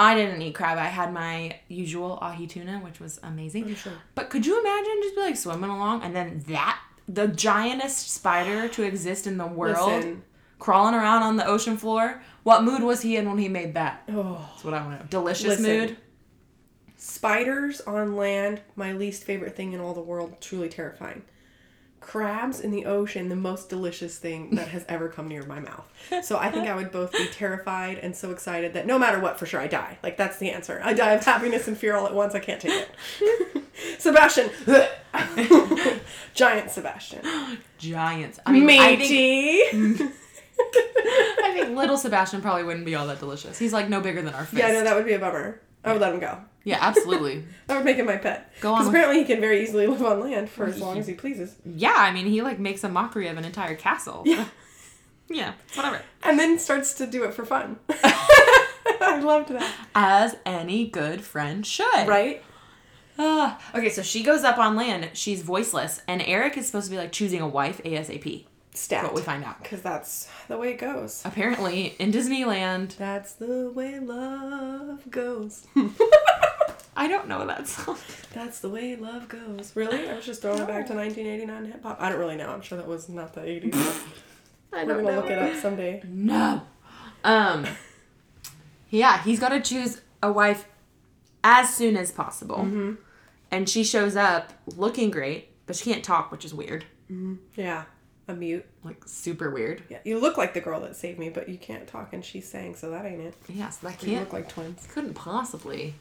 I didn't eat crab. I had my usual ahi tuna, which was amazing.
Oh, sure.
But could you imagine just be like swimming along, and then that the giantest spider to exist in the world
Listen.
crawling around on the ocean floor? What mood was he in when he made that?
Oh.
That's what I want to know. Delicious
Listen.
mood.
Spiders on land, my least favorite thing in all the world, truly terrifying. Crabs in the ocean, the most delicious thing that has ever come near my mouth. So I think I would both be terrified and so excited that no matter what, for sure, I die. Like, that's the answer. I die of happiness and fear all at once. I can't take it. Sebastian. [laughs] Giant Sebastian.
Giants. I mean, I think
Matey. [laughs]
I think little Sebastian probably wouldn't be all that delicious. He's like no bigger than our fist.
Yeah, no, that would be a bummer. I would let him go.
Yeah, absolutely. [laughs]
That would make him my pet.
Go on
Because
with-
apparently he can very easily live on land for as long as he pleases.
yeah, I mean, he like makes a mockery of an entire castle.
Yeah.
[laughs] Yeah, whatever.
And then starts to do it for fun. [laughs] I loved that.
As any good friend should.
Right?
Ah. okay, so she goes up on land. She's voiceless, and Eric is supposed to be like choosing a wife ASAP.
Stat.
What we find out.
Because that's the way it goes.
Apparently, in Disneyland,
That's the way love goes.
[laughs] I don't know that song.
that's the way love goes. Really? I was just throwing it back to 1989 hip hop. I don't really know. I'm sure that was not
[laughs]
the 80s.
I
We're going to look it up someday.
No. Um. Yeah, he's got to choose a wife as soon as possible. And she shows up looking great, but she can't talk, which is weird.
Yeah. A mute.
Like super weird.
Yeah. You look like the girl that saved me, but you can't talk and she sang, so that ain't it.
Yeah, so that
You
can't
look like twins.
couldn't possibly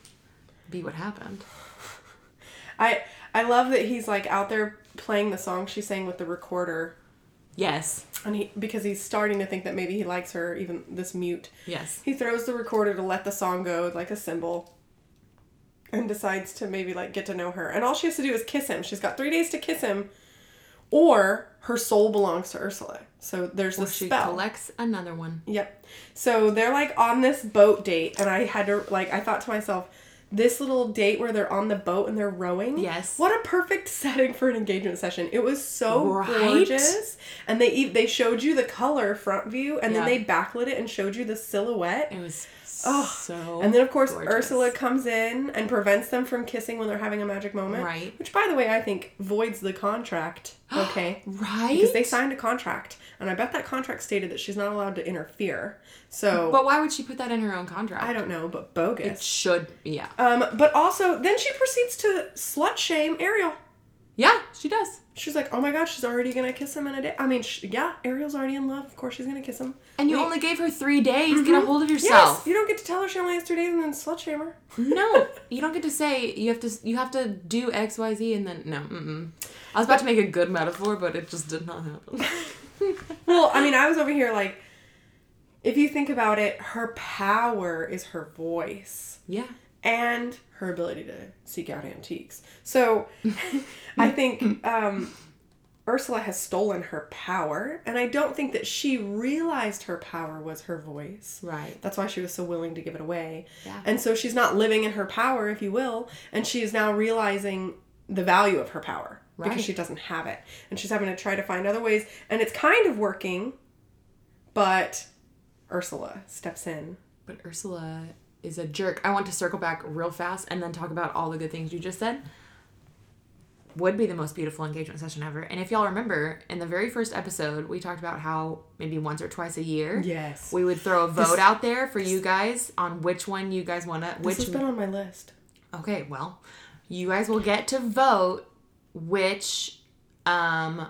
be what happened.
I I love that he's like out there playing the song she sang with the recorder,
Yes.
and he because he's starting to think that maybe he likes her, even this mute.
Yes.
He throws the recorder to let the song go, like a symbol, and decides to maybe like get to know her. And all she has to do is kiss him. She's got three days to kiss him, or her soul belongs to Ursula. So there's
Well,
this
she
spell.
collects another one.
Yep. So they're like on this boat date, and I had to like I thought to myself, this little date where they're on the boat and they're rowing.
Yes.
What a perfect [laughs] setting for an engagement session. It was so
Right?
gorgeous, and they e- they showed you the color front view, and then
Yeah.
they backlit it and showed you the silhouette.
It was
Ugh.
so.
And then of course
gorgeous.
Ursula comes in and prevents them from kissing when they're having a magic moment.
Right.
Which by the way I think voids
[gasps]
the contract. Okay.
Right.
Because they signed a contract, and I bet that contract stated that she's not allowed to interfere. So
but why would she put that in her own contract?
I don't know, but bogus.
Should yeah.
Um, but also, then she proceeds to slut shame Ariel.
Yeah, she does.
She's like, oh my god, she's already gonna kiss him in a day. I mean, sh yeah, Ariel's already in love. Of course, she's gonna kiss him.
And you only gave her three days. Get a hold of
Mm-hmm. Yes,
yourself.
you don't get to tell her she only has three days and then slut shame her.
No, you don't get to say you have to. You have to do X, Y, Z, and then no. Mm-mm. I was about to make a good metaphor, but it just did not
[laughs]
happen.
Well, I mean, I was over here like, if you think about it, her power is her voice
yeah,
and her ability to seek out antiques. So, [laughs] I think um, Ursula has stolen her power, and I don't think that she realized her power was her voice.
right.
That's why she was so willing to give it away.
Yeah.
And so she's not living in her power, if you will, and she is now realizing the value of her power
Right.
because she doesn't have it. And she's having to try to find other ways, and it's kind of working, but Ursula steps in.
But Ursula is a jerk. I want to circle back real fast and then talk about all the good things you just said. would be the most beautiful engagement session ever. And if y'all remember, in the very first episode, we talked about how maybe once or twice a year,
Yes.
we would throw a vote out there for you guys on which one you guys want to.
Which
Which
has been on my list.
okay, well, you guys will get to vote which um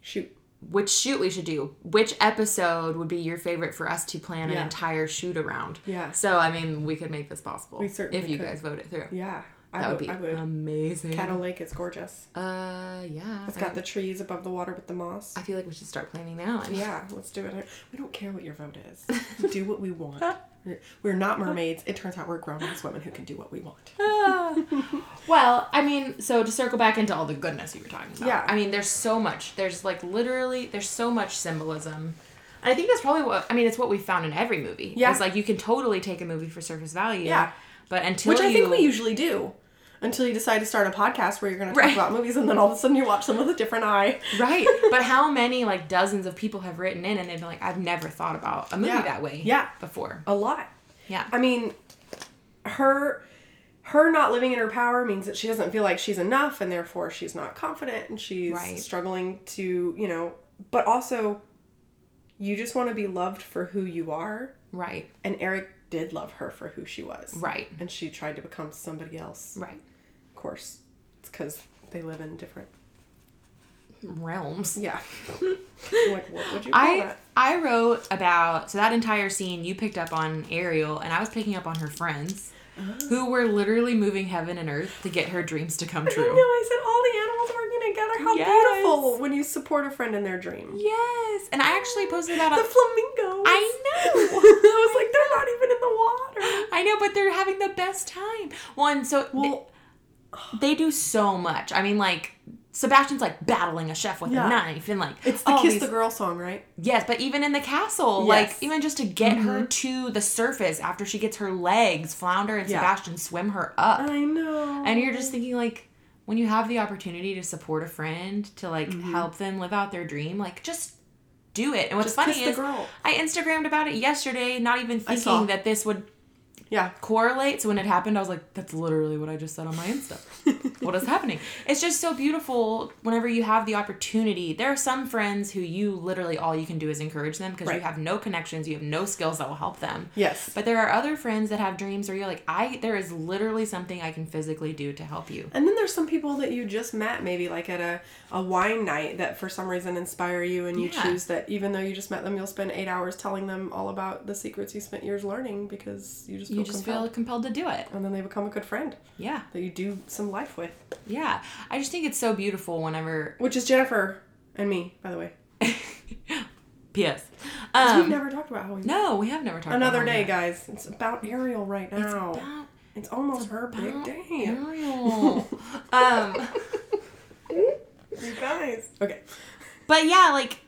Shoot.
which shoot we should do. Which episode would be your favorite for us to plan an
Yeah.
entire shoot around?
Yeah.
So I mean, we could make this possible
We certainly
if you
could.
guys vote it through.
Yeah. I
That
would,
would be
I would.
amazing.
Cattle Lake is gorgeous.
Uh, yeah.
It's
I-
got the trees above the water with the moss.
I feel like we should start planning now.
Yeah, let's do it. We don't care what your vote
[laughs]
is. do what we want. We're- We're not mermaids. It turns out we're grown ass women who can do what we want. [laughs]
[laughs] well, I mean, so to circle back into all the goodness you were talking about.
Yeah.
I mean, there's so much. There's like literally, there's so much symbolism. And I think that's probably what, I mean, it's what we found in every movie.
Yeah.
It's like you can totally take a movie for surface value.
Yeah.
But until
Which I think
you-
we usually do. Until you decide to start a podcast where you're going to talk
Right.
about movies, and then all of a sudden you watch them with a different eye.
Right. but how many like dozens of people have written in and they've been like, I've never thought about a movie
Yeah.
that way
Yeah.
before.
A lot.
Yeah.
I mean, her her not living in her power means that she doesn't feel like she's enough, and therefore she's not confident, and she's
Right.
struggling to, you know. But also, you just want to be loved for who you are,
right.
and Eric did love her for who she was.
Right.
And she tried to become somebody else.
Right.
Of course, it's because they live in different.
Realms.
[laughs] Yeah. like what would you call
I
that?
I wrote about so that entire scene you picked up on Ariel and I was picking up on her friends
Oh.
who were literally moving heaven and earth to get her dreams to come
I know.
true.
I said all the animals working together. How
Yes.
beautiful when you support a friend in their dream.
Yes. And I actually posted that
The
[laughs] on
flamingos.
I know.
[laughs] I was like, they're not even in the water.
I know, but they're having the best time. One, so
Well-
they, they do so much. I mean, like Sebastian's like battling a chef with
Yeah.
a knife and like
It's the
all
kiss
these-
the girl song, right?
Yes, but even in the castle,
Yes. Mm-hmm.
like even just to get her to the surface after she gets her legs, Flounder and
Yeah.
Sebastian swim her up.
I know.
And you're just thinking like when you have the opportunity to support a friend to like
Mm-hmm.
help them live out their dream, like just do it. And what's
Just
funny
kiss the
is
girl.
I Instagrammed about it yesterday, not even
saw.
thinking that this would
yeah.
correlate. So when it happened, I was like, that's literally what I just said on my
[laughs]
Insta. what is happening? It's just so beautiful whenever you have the opportunity. There are some friends who you literally all you can do is encourage them because you
Right.
have no connections, you have no skills that will help them.
Yes.
But there are other friends that have dreams where you're like, I there is literally something I can physically do to help you.
And then there's some people that you just met, maybe like at a, a wine night, that for some reason inspire you, and you
Yeah.
choose that even though you just met them, you'll spend eight hours telling them all about the secrets you spent years learning because you just feel
You just feel
compelled.
compelled to do it.
And then they become a good friend
Yeah.
that you do some life with,
Yeah. I just think it's so beautiful whenever [laughs]
which is Jennifer and me, by the way.
PS.
We've [laughs]
Um
never talked about how we met.
no, we have never talked
Another
about
day,
Halloween.
guys. It's about Ariel right now. It's,
About
almost her big
About
day.
Ariel. [laughs] um,
You guys. Okay.
but yeah, like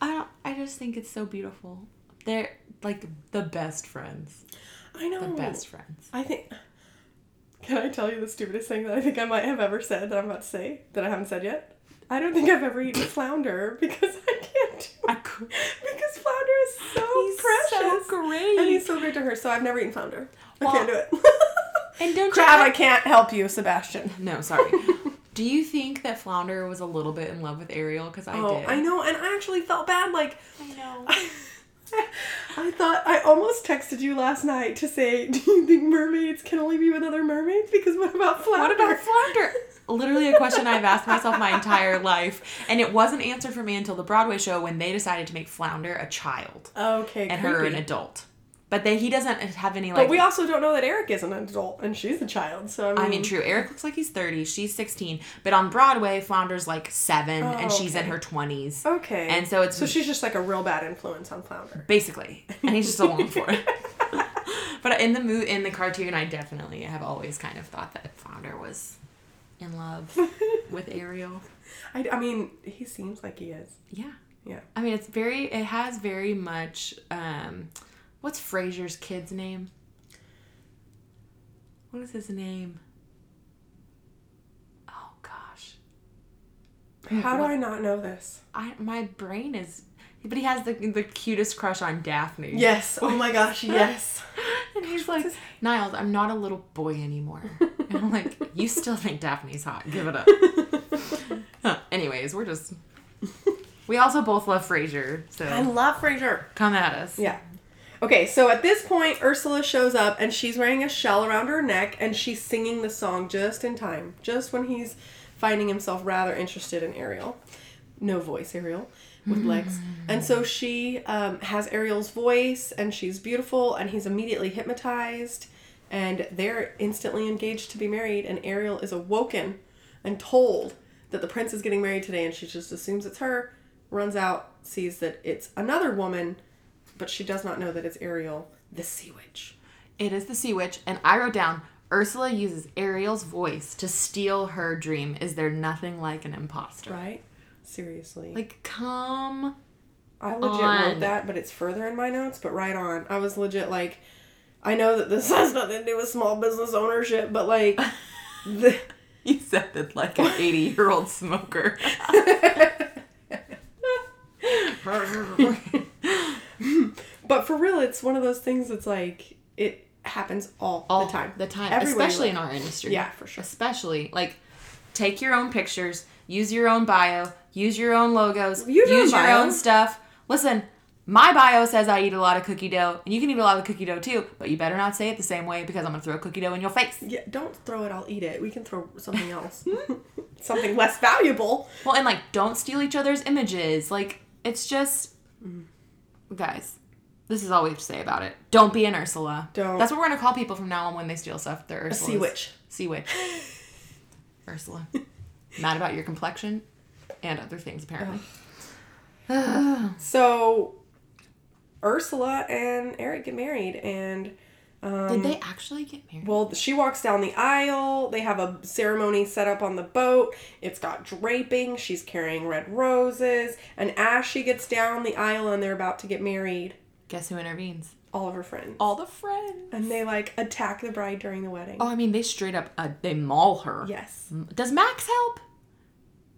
I don't. I just think it's so beautiful. They're like the best friends.
I know.
The best friends.
I think. Can I tell you the stupidest thing that I think I might have ever said that I'm about to say that I haven't said yet? I don't think I've ever eaten flounder [laughs] because I can't do
I
it.
could.
Because flounder is so
He's
precious.
so great.
And he's so great to her, so I've never eaten flounder. I
Well,
can't do it. [laughs]
and don't you
Crab,
have-
I can't help you, Sebastian.
No,
[laughs]
sorry. Do you think that Flounder was a little bit in love with Ariel? Because I
Oh,
did.
I know, and I actually felt bad. Like,
I know.
I thought I almost texted you last night to say, do you think mermaids can only be with other mermaids? Because what about
What
flounder?
about Flounder? Literally a question I've asked myself my entire life, and it wasn't answered for me until the Broadway show when they decided to make Flounder a child
Okay,
and
creepy.
her an adult. But they, he doesn't have any like.
But we also don't know that Eric is an adult and she's a child. So I mean,
I mean, true. Eric looks like he's 30. She's 16. But on Broadway, Flounder's like seven and
Oh,
she's in
okay.
her 20s.
okay.
And so it's
so she's just like a real bad influence on Flounder.
basically. And he's just along for
[laughs]
it. But in the mo- in the cartoon, I definitely have always kind of thought that Flounder was in
[laughs]
love with Ariel.
I, I mean, he seems like he is.
Yeah.
Yeah.
I mean, it's very, it has very much, um, what's Frasier's kid's name? What is his name? Oh gosh.
How do I not know this?
I my brain is but he has the the cutest crush on Daphne. [laughs]
Yes. Oh my gosh. Yes. [laughs]
And he's like, Niles, I'm not a little boy anymore. And I'm like, you still think Daphne's hot. Give it up. Huh. Anyways, we're just. We also both love Frasier,
I
so
love Frasier.
come at us.
Yeah. Okay, so at this point, Ursula shows up and she's wearing a shell around her neck and she's singing the song just in time, just when he's finding himself rather interested in Ariel. No voice, Ariel, with legs. And so she um, has Ariel's voice and she's beautiful and he's immediately hypnotized and they're instantly engaged to be married and Ariel is awoken and told that the prince is getting married today and she just assumes it's her, runs out, sees that it's another woman but she does not know that it's Ariel, the sea witch.
It is the Sea Witch, and I wrote down Ursula uses Ariel's voice to steal her dream. Is there nothing like an imposter?
Right? Seriously.
Like, come.
I legit
on.
wrote that, but it's further in my notes, but right on. I was legit like, I know that this [laughs] has nothing to do with small business ownership,
[laughs]
but like, the,
[laughs] You said that like [laughs] an 80 year old [laughs] smoker.
but for real, it's one of those things that's like, it happens all,
All
the time.
The time.
Everywhere you
Especially in
look.
our industry.
Yeah, for sure.
Especially. Like, take your own pictures, use your own bio, use your own logos,
Use your own
use your
bio.
own stuff. Listen, my bio says I eat a lot of cookie dough, and you can eat a lot of cookie dough too, but you better not say it the same way because I'm going to throw cookie dough in your face.
Yeah, don't throw it, I'll eat it. We can throw
[laughs]
something else.
Hmm?
[laughs] something less valuable.
Well, and like, don't steal each other's images. Like, it's just, guys, this is all we have to say about it. Don't be an Ursula.
Don't.
That's what we're gonna call people from now on when they steal stuff. They're Ursula.
sea witch.
Sea
[laughs]
witch. Ursula. Mad about your complexion and other things apparently.
So, Ursula and Eric get married, and Um,
Did they actually get married?
Well, she walks down the aisle. They have a ceremony set up on the boat. It's got draping. She's carrying red roses. And as she gets down the aisle and they're about to get married,
Guess who intervenes?
all of her friends.
All the friends.
And they like attack the bride during the wedding.
Oh, I mean, they straight up uh, they maul her.
Yes.
Does Max help?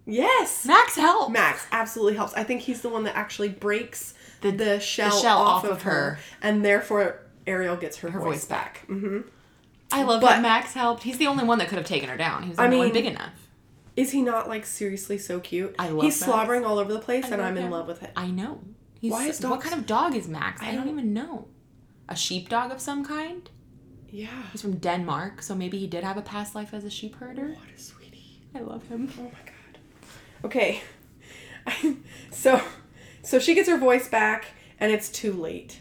Yes.
Max help.
Max absolutely helps. I think he's the one that actually breaks
The-
the, shell,
shell
off, of her. And therefore, Ariel gets her,
her
voice,
voice
back.
back. Mm-hmm. I love
But-
that Max helped. He's the only one that could have taken her down. He was the
I
only one
mean-
big enough.
Is he not like seriously so cute?
I love
He's
Max.
slobbering all over the place and
love
I'm in
him.
love with it.
I know. He's,
Why is
what
dogs-
kind of dog is Max? I, don't
don't-
even know. A sheepdog of some kind.
Yeah.
He's from Denmark, so maybe he did have a past life as a sheep herder.
What a sweetie.
I love [laughs] him.
Oh my god. Okay. [laughs] so so she gets her voice back and it's too late.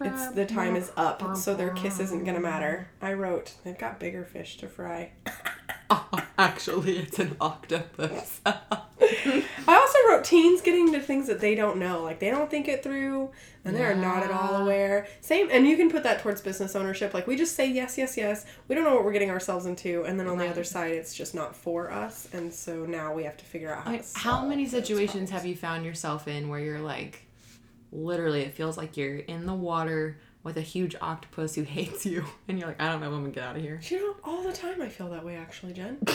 It's the time is up, so their kiss isn't gonna matter. I wrote, they've got bigger fish to fry.
Oh, Actually, it's an [laughs] octopus.
I also wrote teens getting into things that they don't know. Like they don't think it through and they're not at all aware. Same and you can put that towards business ownership. Like we just say yes, yes, yes. We don't know what we're getting ourselves into, and then on the other side it's just not for us, and so now we have to figure out how to
How
solve
many
those
situations
problems.
have you found yourself in where you're like, literally, it feels like you're in the water with a huge octopus who [laughs] hates you, and you're like, I don't know when we get out of here.
You know, all the time I feel that way, actually,
[laughs]
Jen. [laughs]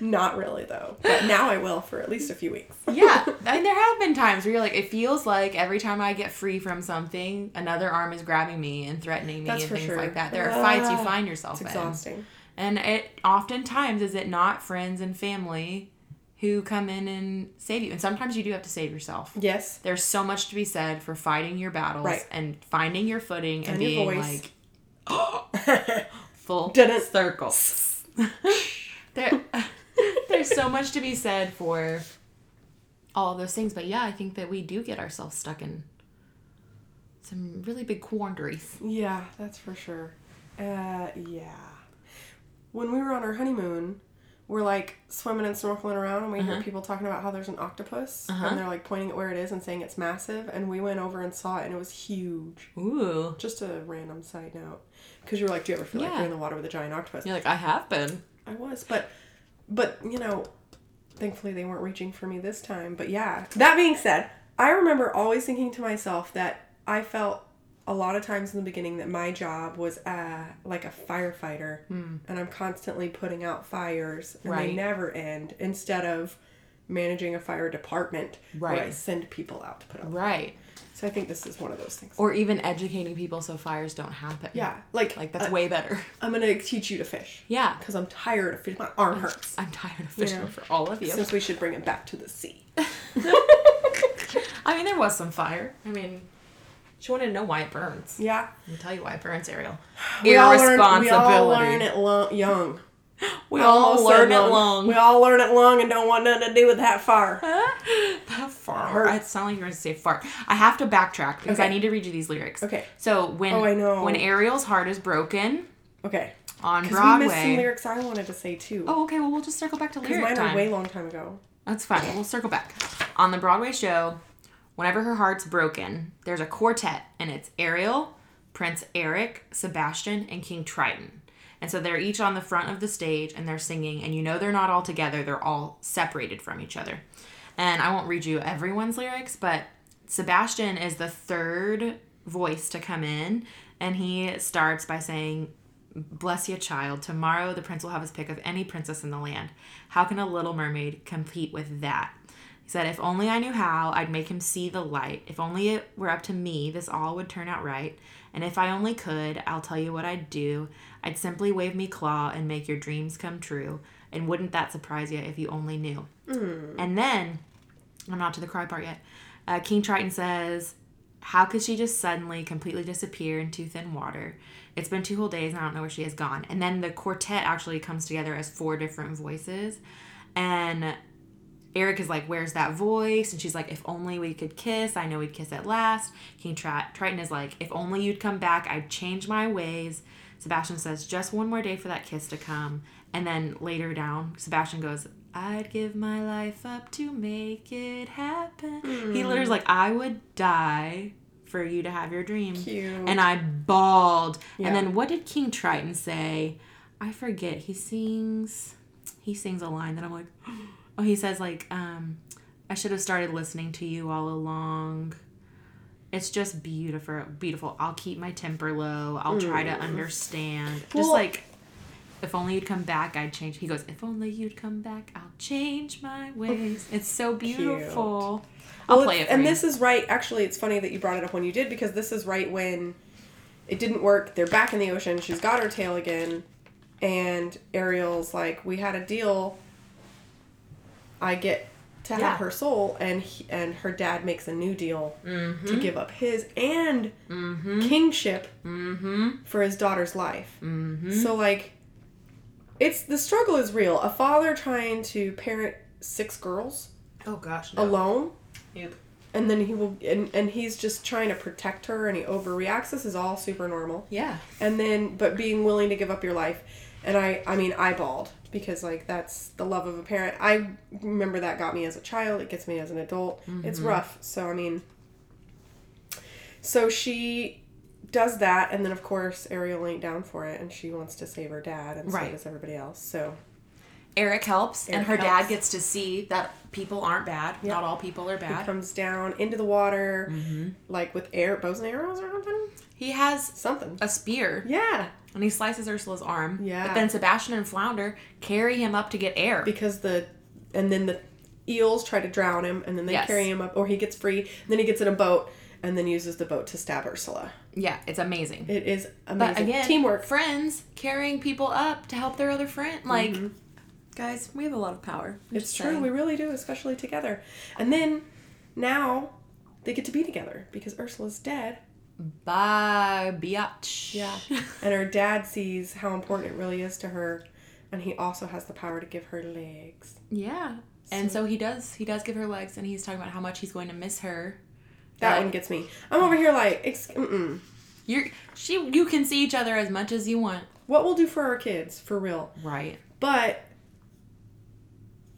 Not really, though. But now I will for at least a few weeks.
yeah, and there have been times where you're like, it feels like every time I get free from something, another arm is grabbing me and threatening me
That's
and
for
things
sure.
like that. There are fights you
Ah,
find yourself
It's
in,
exhausting.
and it oftentimes is it not friends and family who come in and save you, and sometimes you do have to save yourself.
[gasps] Yes.
There's so much to be said for fighting your battles
Right.
and finding your footing and,
And your
being
voice.
like full
Didn't-
circle. there, [laughs] there's so much to be said for all of those things, but yeah, I think that we do get ourselves stuck in some really big quandaries.
Yeah, that's for sure. Uh, yeah. When we were on our honeymoon, we're like swimming and snorkeling around, and we hear people talking about how there's an octopus,
Uh-huh.
and they're like pointing at where it is and saying it's massive. And we went over and saw it, and it was huge.
Ooh,
Just a random side note, because you were like, "Do you ever feel like
Yeah.
you're in the water with a giant octopus?"
you're like I have been.
I was, but but you know, thankfully they weren't reaching for me this time. But yeah. That being said, I remember always thinking to myself that I felt a lot of times in the beginning that my job was uh, like a firefighter, and I'm constantly putting out fires, and
Hmm. Right.
they never end. Instead of managing a fire department where I
Right.
send people out to put out.
Right.
So I think this is one of those things.
Or even educating people so fires don't happen.
yeah, like
Like that's
uh,
way better. [laughs]
I'm gonna teach you to fish.
Yeah.
because I'm tired of fish. My arm hurts.
I'm tired of fishing
Yeah.
for all of you.
Since we should bring it back to the sea.
I mean, there was some fire. I mean, she wanted to know why it burns.
[laughs] Yeah,
I'll tell you why it burns, Ariel.
we all learn.
Irresponsibility.
We all learn it lo- young.
We
I
all
almost
learn
said
it long.
We all learn it long and don't want nothing to do with that fire.
That fart. It sounded like you were going to say fart. I have to backtrack because I
Okay.
need to read you these lyrics.
Okay.
So when
Oh, I know.
when Ariel's heart is broken
Okay,
on
because we missed some
Broadway.
lyrics I wanted to say too.
Oh, okay. Well, we'll just circle back to
because
lyric
mine are
time.
way long time ago.
That's fine. We'll circle back. On the Broadway show, whenever her heart's broken, there's a quartet, and it's Ariel, Prince Eric, Sebastian, and King Triton. And so they're each on the front of the stage and they're singing, and you know they're not all together, they're all separated from each other. And I won't read you everyone's lyrics, but Sebastian is the third voice to come in, and he starts by saying, Bless you, child. Tomorrow the prince will have his pick of any princess in the land. How can a little mermaid compete with that? He said, If only I knew how, I'd make him see the light. If only it were up to me, this all would turn out right. And if I only could, I'll tell you what I'd do. I'd simply wave me claw and make your dreams come true. And wouldn't that surprise you if you only knew? And then, I'm not to the cry part yet. Uh, King Triton says, how could she just suddenly completely disappear into thin water? It's been two whole days and I don't know where she has gone. And then the quartet actually comes together as four different voices. And Eric is like, Where's that voice? And she's like, If only we could kiss. I know we'd kiss at last. King Tri- Triton is like, If only you'd come back. I'd change my ways. Sebastian says, Just one more day for that kiss to come. And then later down, Sebastian goes, I'd give my life up to make it happen. He literally is like, I would die for you to have your dream.
Cute.
And I bawled.
Yeah.
And then what did King Triton say? I forget. He sings he sings a line that I'm like, [gasps] oh, he says like, um, I should have started listening to you all along. It's just beautiful, beautiful. I'll keep my temper low. I'll try to understand. just
Mm. Well-
like, if only you'd come back, I'd change. He goes, if only you'd come back, I'll change my ways. It's
[laughs]
so beautiful. I'll
Well,
play it. For
And
you.
this is right. Actually, it's funny that you brought it up when you did because this is right when it didn't work. They're back in the ocean. She's got her tail again, and Ariel's like, "We had a deal. I get to
Yeah.
have her soul." And he, and her dad makes a new deal
Mm-hmm.
to give up his and kingship
Mm-hmm.
for his daughter's life. So like, it's the struggle is real. A father trying to parent six girls
oh gosh,
alone and then he will and, and he's just trying to protect her and he overreacts this is all super normal
yeah,
and then but being willing to give up your life and i i mean i bawled because like that's the love of a parent i remember that got me as a child it gets me as an adult it's rough so i mean so she does that and then of course ariel ain't down for it and she wants to save her dad and so
Right.
does everybody else so
Eric helps, and
Eric
her dad
helps.
gets to see that people aren't bad. Not all people are
he
bad.
comes down into the water like with air bows and arrows or something
He has
something
a spear.
yeah
And he slices Ursula's arm.
Yeah.
But then Sebastian and Flounder carry him up to get air.
because the and then the eels try to drown him and then they
Yes.
carry him up or he gets free and then he gets in a boat and then uses the boat to stab ursula
yeah, it's amazing.
it is amazing
but again,
teamwork
Friends carrying people up to help their other friend. Like, guys, we have a lot of power. I'm
Mm-hmm. it's
just
true
saying.
we really do especially together and then now they get to be together because ursula's dead
Bye, biatch.
[laughs] and her dad sees how important it really is to her and he also has the power to give her legs
[laughs] yeah. And so he does. He does give her legs, and he's talking about how much he's going to miss her.
that
Right.
one gets me i'm over here like ex- mm-mm.
You're she. You can see each other as much as you want.
what we'll do for our kids for real
Right.
But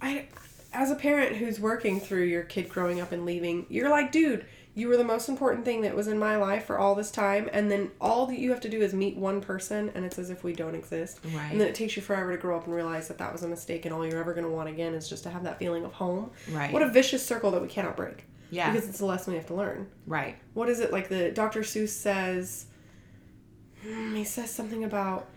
I, as a parent who's working through your kid growing up and leaving, you're like, dude, you were the most important thing that was in my life for all this time, and then all that you have to do is meet one person, and it's as if we don't exist.
Right.
And then it takes you forever to grow up and realize that that was a mistake, and all you're ever going to want again is just to have that feeling of home.
Right.
What a vicious circle that we cannot break.
Yeah.
Because it's a lesson we have to learn
right.
what is it like the Dr. Seuss says hmm, he says something about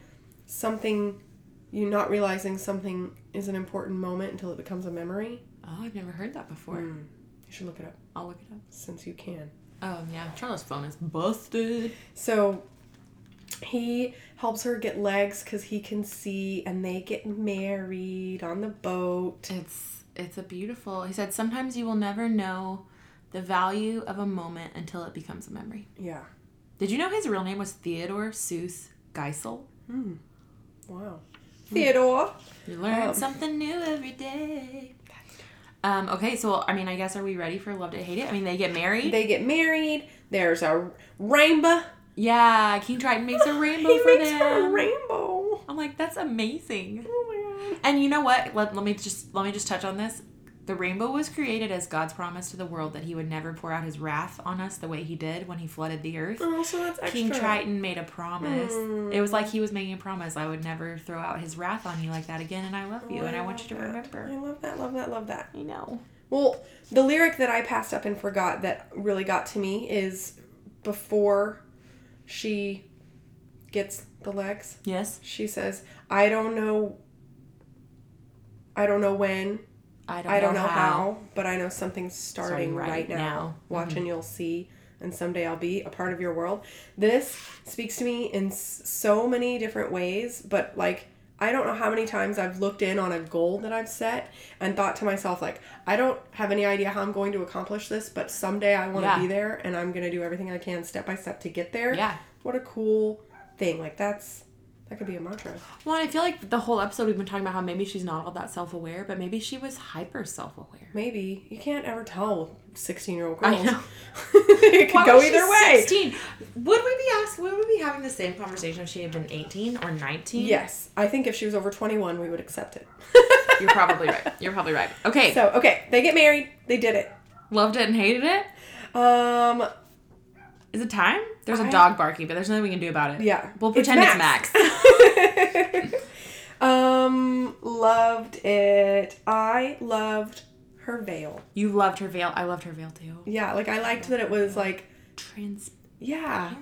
something you not realizing something is an important moment until it becomes a memory
Oh, I've never heard that before.
You should look it up
I'll look it up.
since you can.
Oh yeah, Charlie's phone is busted.
So he helps her get legs because he can see, and they get married on the boat.
It's it's a beautiful. He said sometimes you will never know the value of a moment until it becomes a memory.
Yeah.
Did you know his real name was Theodore Seuss Geisel?
Wow. Theodore.
You learn
Oh.
something new every day. Um, okay, so I mean, I guess are we ready for Love to Hate It? I mean, they get married.
They get married. There's a rainbow.
yeah, King Triton makes a rainbow
[laughs] he
for
makes
them.
her a rainbow.
I'm like, that's amazing.
Oh my god.
And you know what? Let, let me just let me just touch on this. The rainbow was created as God's promise to the world that He would never pour out His wrath on us the way He did when He flooded the earth.
Oh, so that's Hmm. extra.
King Triton made a promise. It was like he was making a promise. I would never throw out his wrath on you like that again, and I love you,
Oh,
and I want
love
you to
that. I
remember.
love that, love that, love that.
I know.
Well, the lyric that I passed up and forgot that really got to me is before she gets the legs,
Yes.
she says, I don't know I don't know when,
I don't,
I don't know how, but I know something's starting,
Starting
right,
right
now. Mm-hmm.
now.
Watch and you'll see, and someday I'll be a part of your world. This speaks to me in s- so many different ways, but like, I don't know how many times I've looked in on a goal that I've set and thought to myself, like, I don't have any idea how I'm going to accomplish this, but someday I want to
Yeah.
be there and I'm going to do everything I can step by step to get there.
Yeah.
What a cool thing. Like, that's, that could be a mantra.
Well, I feel like the whole episode we've been talking about how maybe she's not all that self aware, but maybe she was hyper self aware.
Maybe. You can't ever tell 16 year old
I
girls.
know.
[laughs] it could
Why
go
was she
either way.
16? Would we be asked? Would we be having the same conversation if she had been eighteen or nineteen?
Yes, I think if she was over 21, we would accept it.
You're
[laughs]
probably right. You're probably right. Okay.
So, okay, they get married. They did it.
Loved it and hated it.
Um,
Is it time? There's a
I-
dog barking, but there's nothing we can do about it.
yeah.
We'll pretend it's Max.
[laughs] um, loved it. I loved her veil.
You loved her veil. I loved her veil too.
Yeah, like I liked that it was like,
Transparent.
yeah,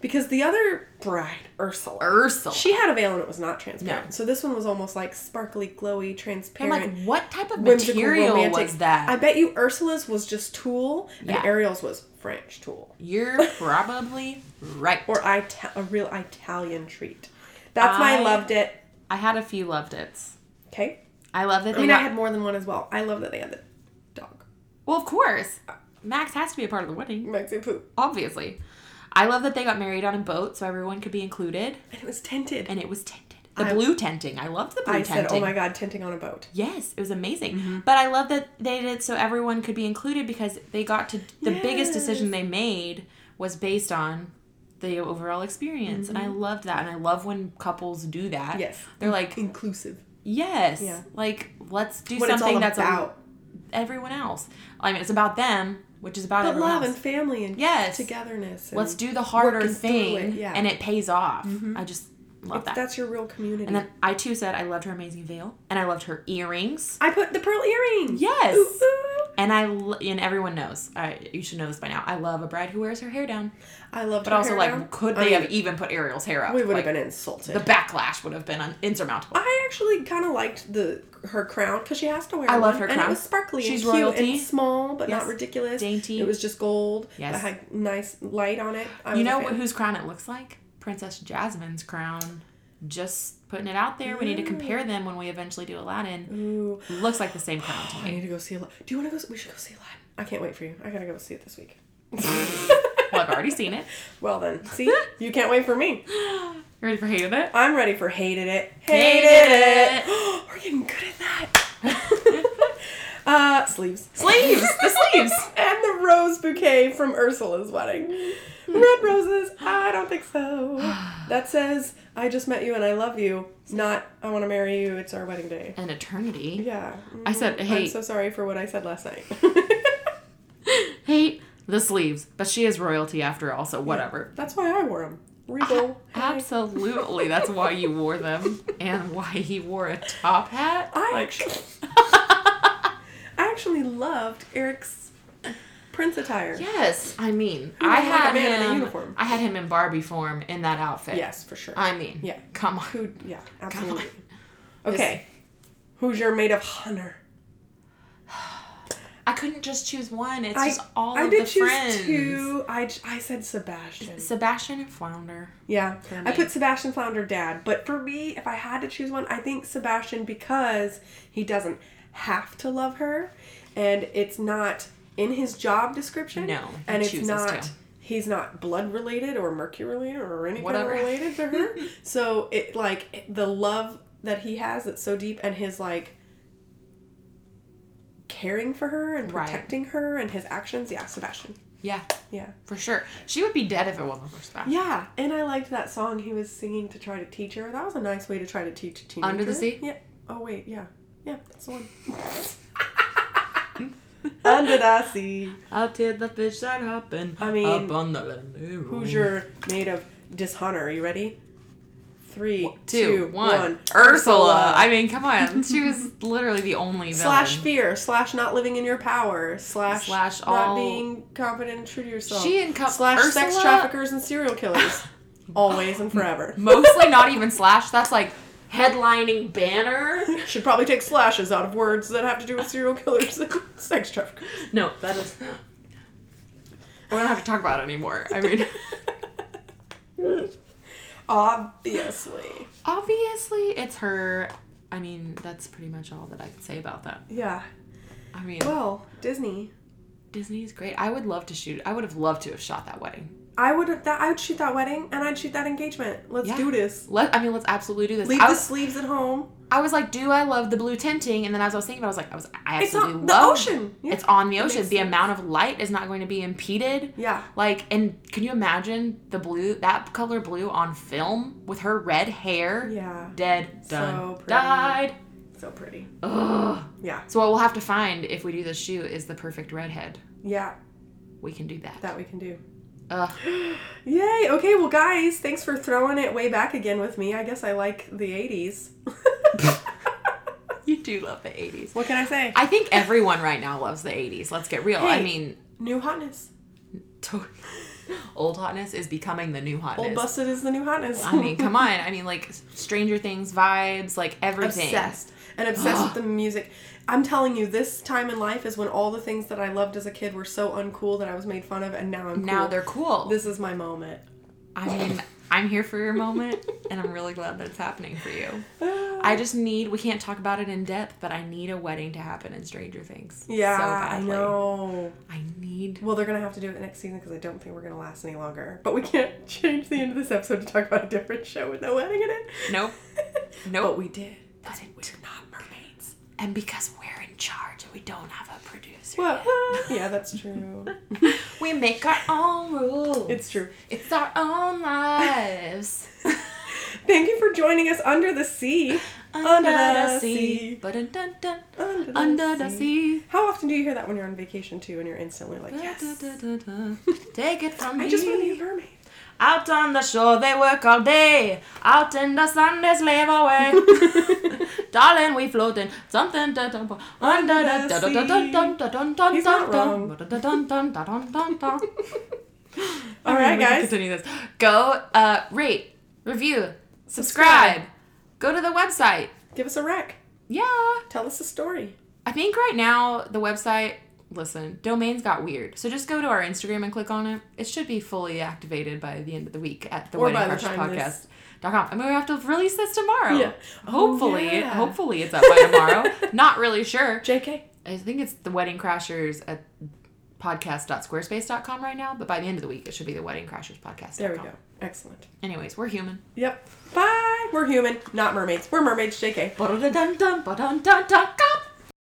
because the other bride, Ursula,
Ursula.
she had a veil and it was not transparent.
No.
So this one was almost like sparkly, glowy,
I'm
transparent.
like, what type of
whimsical,
material
romantic.
was that?
I bet you Ursula's was just tulle
Yeah.
and Ariel's was French tulle [laughs]
You're probably right.
or Ita- a real Italian treat. That's why I
I-
loved it.
I had a few loved its.
Okay.
I love that
I
they
mean, I
got.
had more than one as well. I love that they had the dog.
well, of course. Max has to be a part of the wedding,
Mexican poop.
obviously. I love that they got married on a boat so everyone could be included,
And it was tinted.
and it was tinted. The
I-
blue tinting. I loved the blue
I
tinting.
said, oh my Mm-hmm. God, tinting on a boat.
Yes, it was amazing. But I love that they did it so everyone could be included because they got to the biggest decision they made was based on the overall experience. And I loved that. And I love when couples do that.
Mm-hmm. Yes.
They're like,
Inclusive.
yes,
Yeah.
like let's do
What
something
it's all
that's about
about.
everyone else. I mean, it's about them, which is about
But
everyone
love
else.
and family and
Yes.
togetherness. And
let's do the harder
working through
thing.
it, yeah. Mm-hmm.
And it pays off. I just love that.
That's your real community.
And then I too said I loved her amazing veil and I loved her earrings.
I put the pearl earring.
Yes.
Ooh, ooh.
And I lo- and everyone knows. I, you should know this by now. I love a bride who wears her hair down.
I loved
But
her
also,
hair
like,
down.
could
I
they
mean,
have even put Ariel's hair up?
We would
Like,
have been insulted.
The backlash would have been un- insurmountable.
I actually kind of liked the her crown because she has to wear.
I love
one,
her
and
crown.
it was sparkly
She's
and cute
royalty.
and small, but not
Yes.
ridiculous.
Dainty.
It was just gold.
Yes.
that had nice light on it. I
you
was a
know
fan.
whose crown it looks like? Princess Jasmine's crown. Just putting it out there. We need to compare them when we eventually do Aladdin.
Ooh,
Looks like the same crown to
I
me.
need to go see. Aladdin. Do you want to go? s- We should go see Aladdin. I can't wait for you. I gotta go see it
[laughs]
this week.
Well, I've already seen
[laughs]
it.
well then, see, you can't wait for me.
You ready for hated it?
I'm ready for hated it.
Hated
it. [gasps] We're getting good at that. [laughs] uh, sleeves.
Sleeves. The sleeves.
And the rose bouquet from Ursula's wedding. Red roses? I don't
[sighs]
think so. That says, I just met you and I love you, not I want to marry you, it's our wedding day.
An eternity.
Yeah. Mm-hmm.
I said
I'm
hate.
so sorry for what I said last night. [laughs]
hate the sleeves. But she is royalty after all, so whatever.
That's why I wore them. Regal. Hey.
Absolutely. That's why you wore
[laughs]
them and why he wore a top hat.
I
[laughs]
actually, [laughs] I actually loved Eric's prince attire.
yes. I mean,
He
I
looked like a
had
man in a
him
uniform.
I had him in Barbie form in that outfit.
Yes, for sure.
I mean,
Yeah.
Come on.
Who? Yeah,
Come on.
absolutely. Okay. Who's your maid of honor?
I couldn't just choose one. It's
I,
just all
I
of
did
the
choose
friends.
two. I, j- I said Sebastian.
Sebastian and Flounder.
Yeah,
For
I
me.
put Sebastian Flounder dad, but for me, if I had to choose one, I think Sebastian because he doesn't have to love her, and it's not in his job description.
No, he
and it's
chooses
not.
to.
He's not blood related or mercury related or anything
Whatever.
related
[laughs]
to her. so it like it- the love that he has that's so deep, and his like caring for her and
Right.
protecting her and his actions. Yeah, Sebastian.
Yeah,
Yeah.
for sure. She would be dead if it wasn't for Sebastian.
Yeah, and I liked that song he was singing to try to teach her. That was a nice way to try to teach a teenager.
Under the Sea?
Yeah. Oh wait, yeah, yeah, that's
[laughs]
the one. Under the sea.
Out did the fish that happen.
I mean,
up on the land.
Who's your
Mm.
maid of dishonor? Are you ready? Three,
two, one. Ursula. I mean, come on. [laughs] She was literally the only villain.
slash fear. Slash not living in your power. Slash
Slash
not
all-
being confident and true to yourself.
She and co-
slash sex
Ursula- [laughs]
traffickers and serial killers. Always and forever.
Mostly not even slash. That's like headlining banner.
Should probably take slashes out of words that have to do with serial killers and [laughs] sex traffickers.
[laughs] No, that is. We don't have to talk about it anymore. I [laughs] mean,
[laughs] Obviously.
obviously, it's her. I mean, that's pretty much all that I can say about that.
Yeah.
I mean,
Well, Disney.
Disney's great. I would love to shoot. I would have loved to have shot that wedding.
I would that I would shoot that wedding and I'd shoot that engagement. Let's
Yeah.
do this.
Let I mean, let's absolutely do this.
Leave
I
the
was,
sleeves at home.
I was like, do I love the blue tinting? And then as I was thinking about, it, I was like, I was, I
It's
absolutely
on the
love
ocean. Yeah.
It's on the ocean.
makes
The
sense.
amount of light is not going to be impeded.
Yeah.
Like, and can you imagine the blue, that color blue on film with her red hair?
Yeah.
Dead. Done.
So pretty.
Died.
So pretty.
Ugh.
Yeah.
So what we'll have to find if we do this shoot is the perfect redhead.
Yeah.
We can do that.
That we can do. [laughs]
Ugh.
Yay. Okay, well guys, thanks for throwing it way back again with me. I guess I like the
[laughs]
80s.
you do love the 80s.
[laughs] what can I say?
I think everyone right now loves the 80s. Let's get real. I
Hey.
mean,
new hotness.
to- [laughs] old hotness is becoming the new hotness.
Old busted is the new hotness.
I mean, come on. I mean, like Stranger Things vibes, like everything.
obsessed and
[gasps]
obsessed with the music. I'm telling you, this time in life is when all the things that I loved as a kid were so uncool that I was made fun of, and now I'm
Now
cool.
they're cool.
This is my moment.
I mean, I'm here for your moment, and I'm really glad that it's happening for you.
[sighs]
I just need, we can't talk about it in depth, but I need a wedding to happen in Stranger Things.
Yeah,
so
I
badly.
know.
I need
Well, they're gonna have to do it next season because I don't think we're gonna last any longer. But we can't [laughs] change the end of this episode to talk about a different show with no wedding in it. [laughs]
Nope. Nope.
But we did.
But we're not mermaids. And because we're in charge, we don't have a producer. [laughs]
What? yeah, that's true.
We make our own rules.
It's true.
It's our own lives.
[laughs] Thank you for joining us under the sea. Under the sea.
Ba-dun, dun, dun.
Under the,
Under the sea.
How often do you hear that when you're on vacation too, and you're instantly like, yes.
Ba-da-da-da-da. Take it from me.
I just want to be a mermaid.
Out on the shore they work all day. Out in the sun they slave
[laughs]
away. Darling, we floating. Something da da under the da da da da dun da dun dun
He's
dun
not
dun
wrong.
Ba- da- dun dun da- dun dun dun.
[laughs] [laughs] All
We can
right, guys.
Continue this. Go uh, rate, review, subscribe. Go to the website.
Give us a rec.
Yeah.
Tell us a story.
I think right now the website, listen, domains got weird. So just go to our Instagram and click on it. It should be fully activated by the end of the week at the
Or
Wedding
by the
Crash
time
Podcast.
this-
Dot com. And we have to release this tomorrow.
Yeah. Oh,
Hopefully,
yeah.
hopefully it's up by tomorrow. Not really sure.
JK.
I think it's the Wedding Crashers at podcast.squarespace.com right now, but by the end of the week it should be the Wedding Crashers podcast.
There we go. Excellent.
Anyways, we're human.
Yep. Bye. We're human, not mermaids. We're mermaids, JK.
Ba-da-da-dun-dun, ba-dun-dun-dun.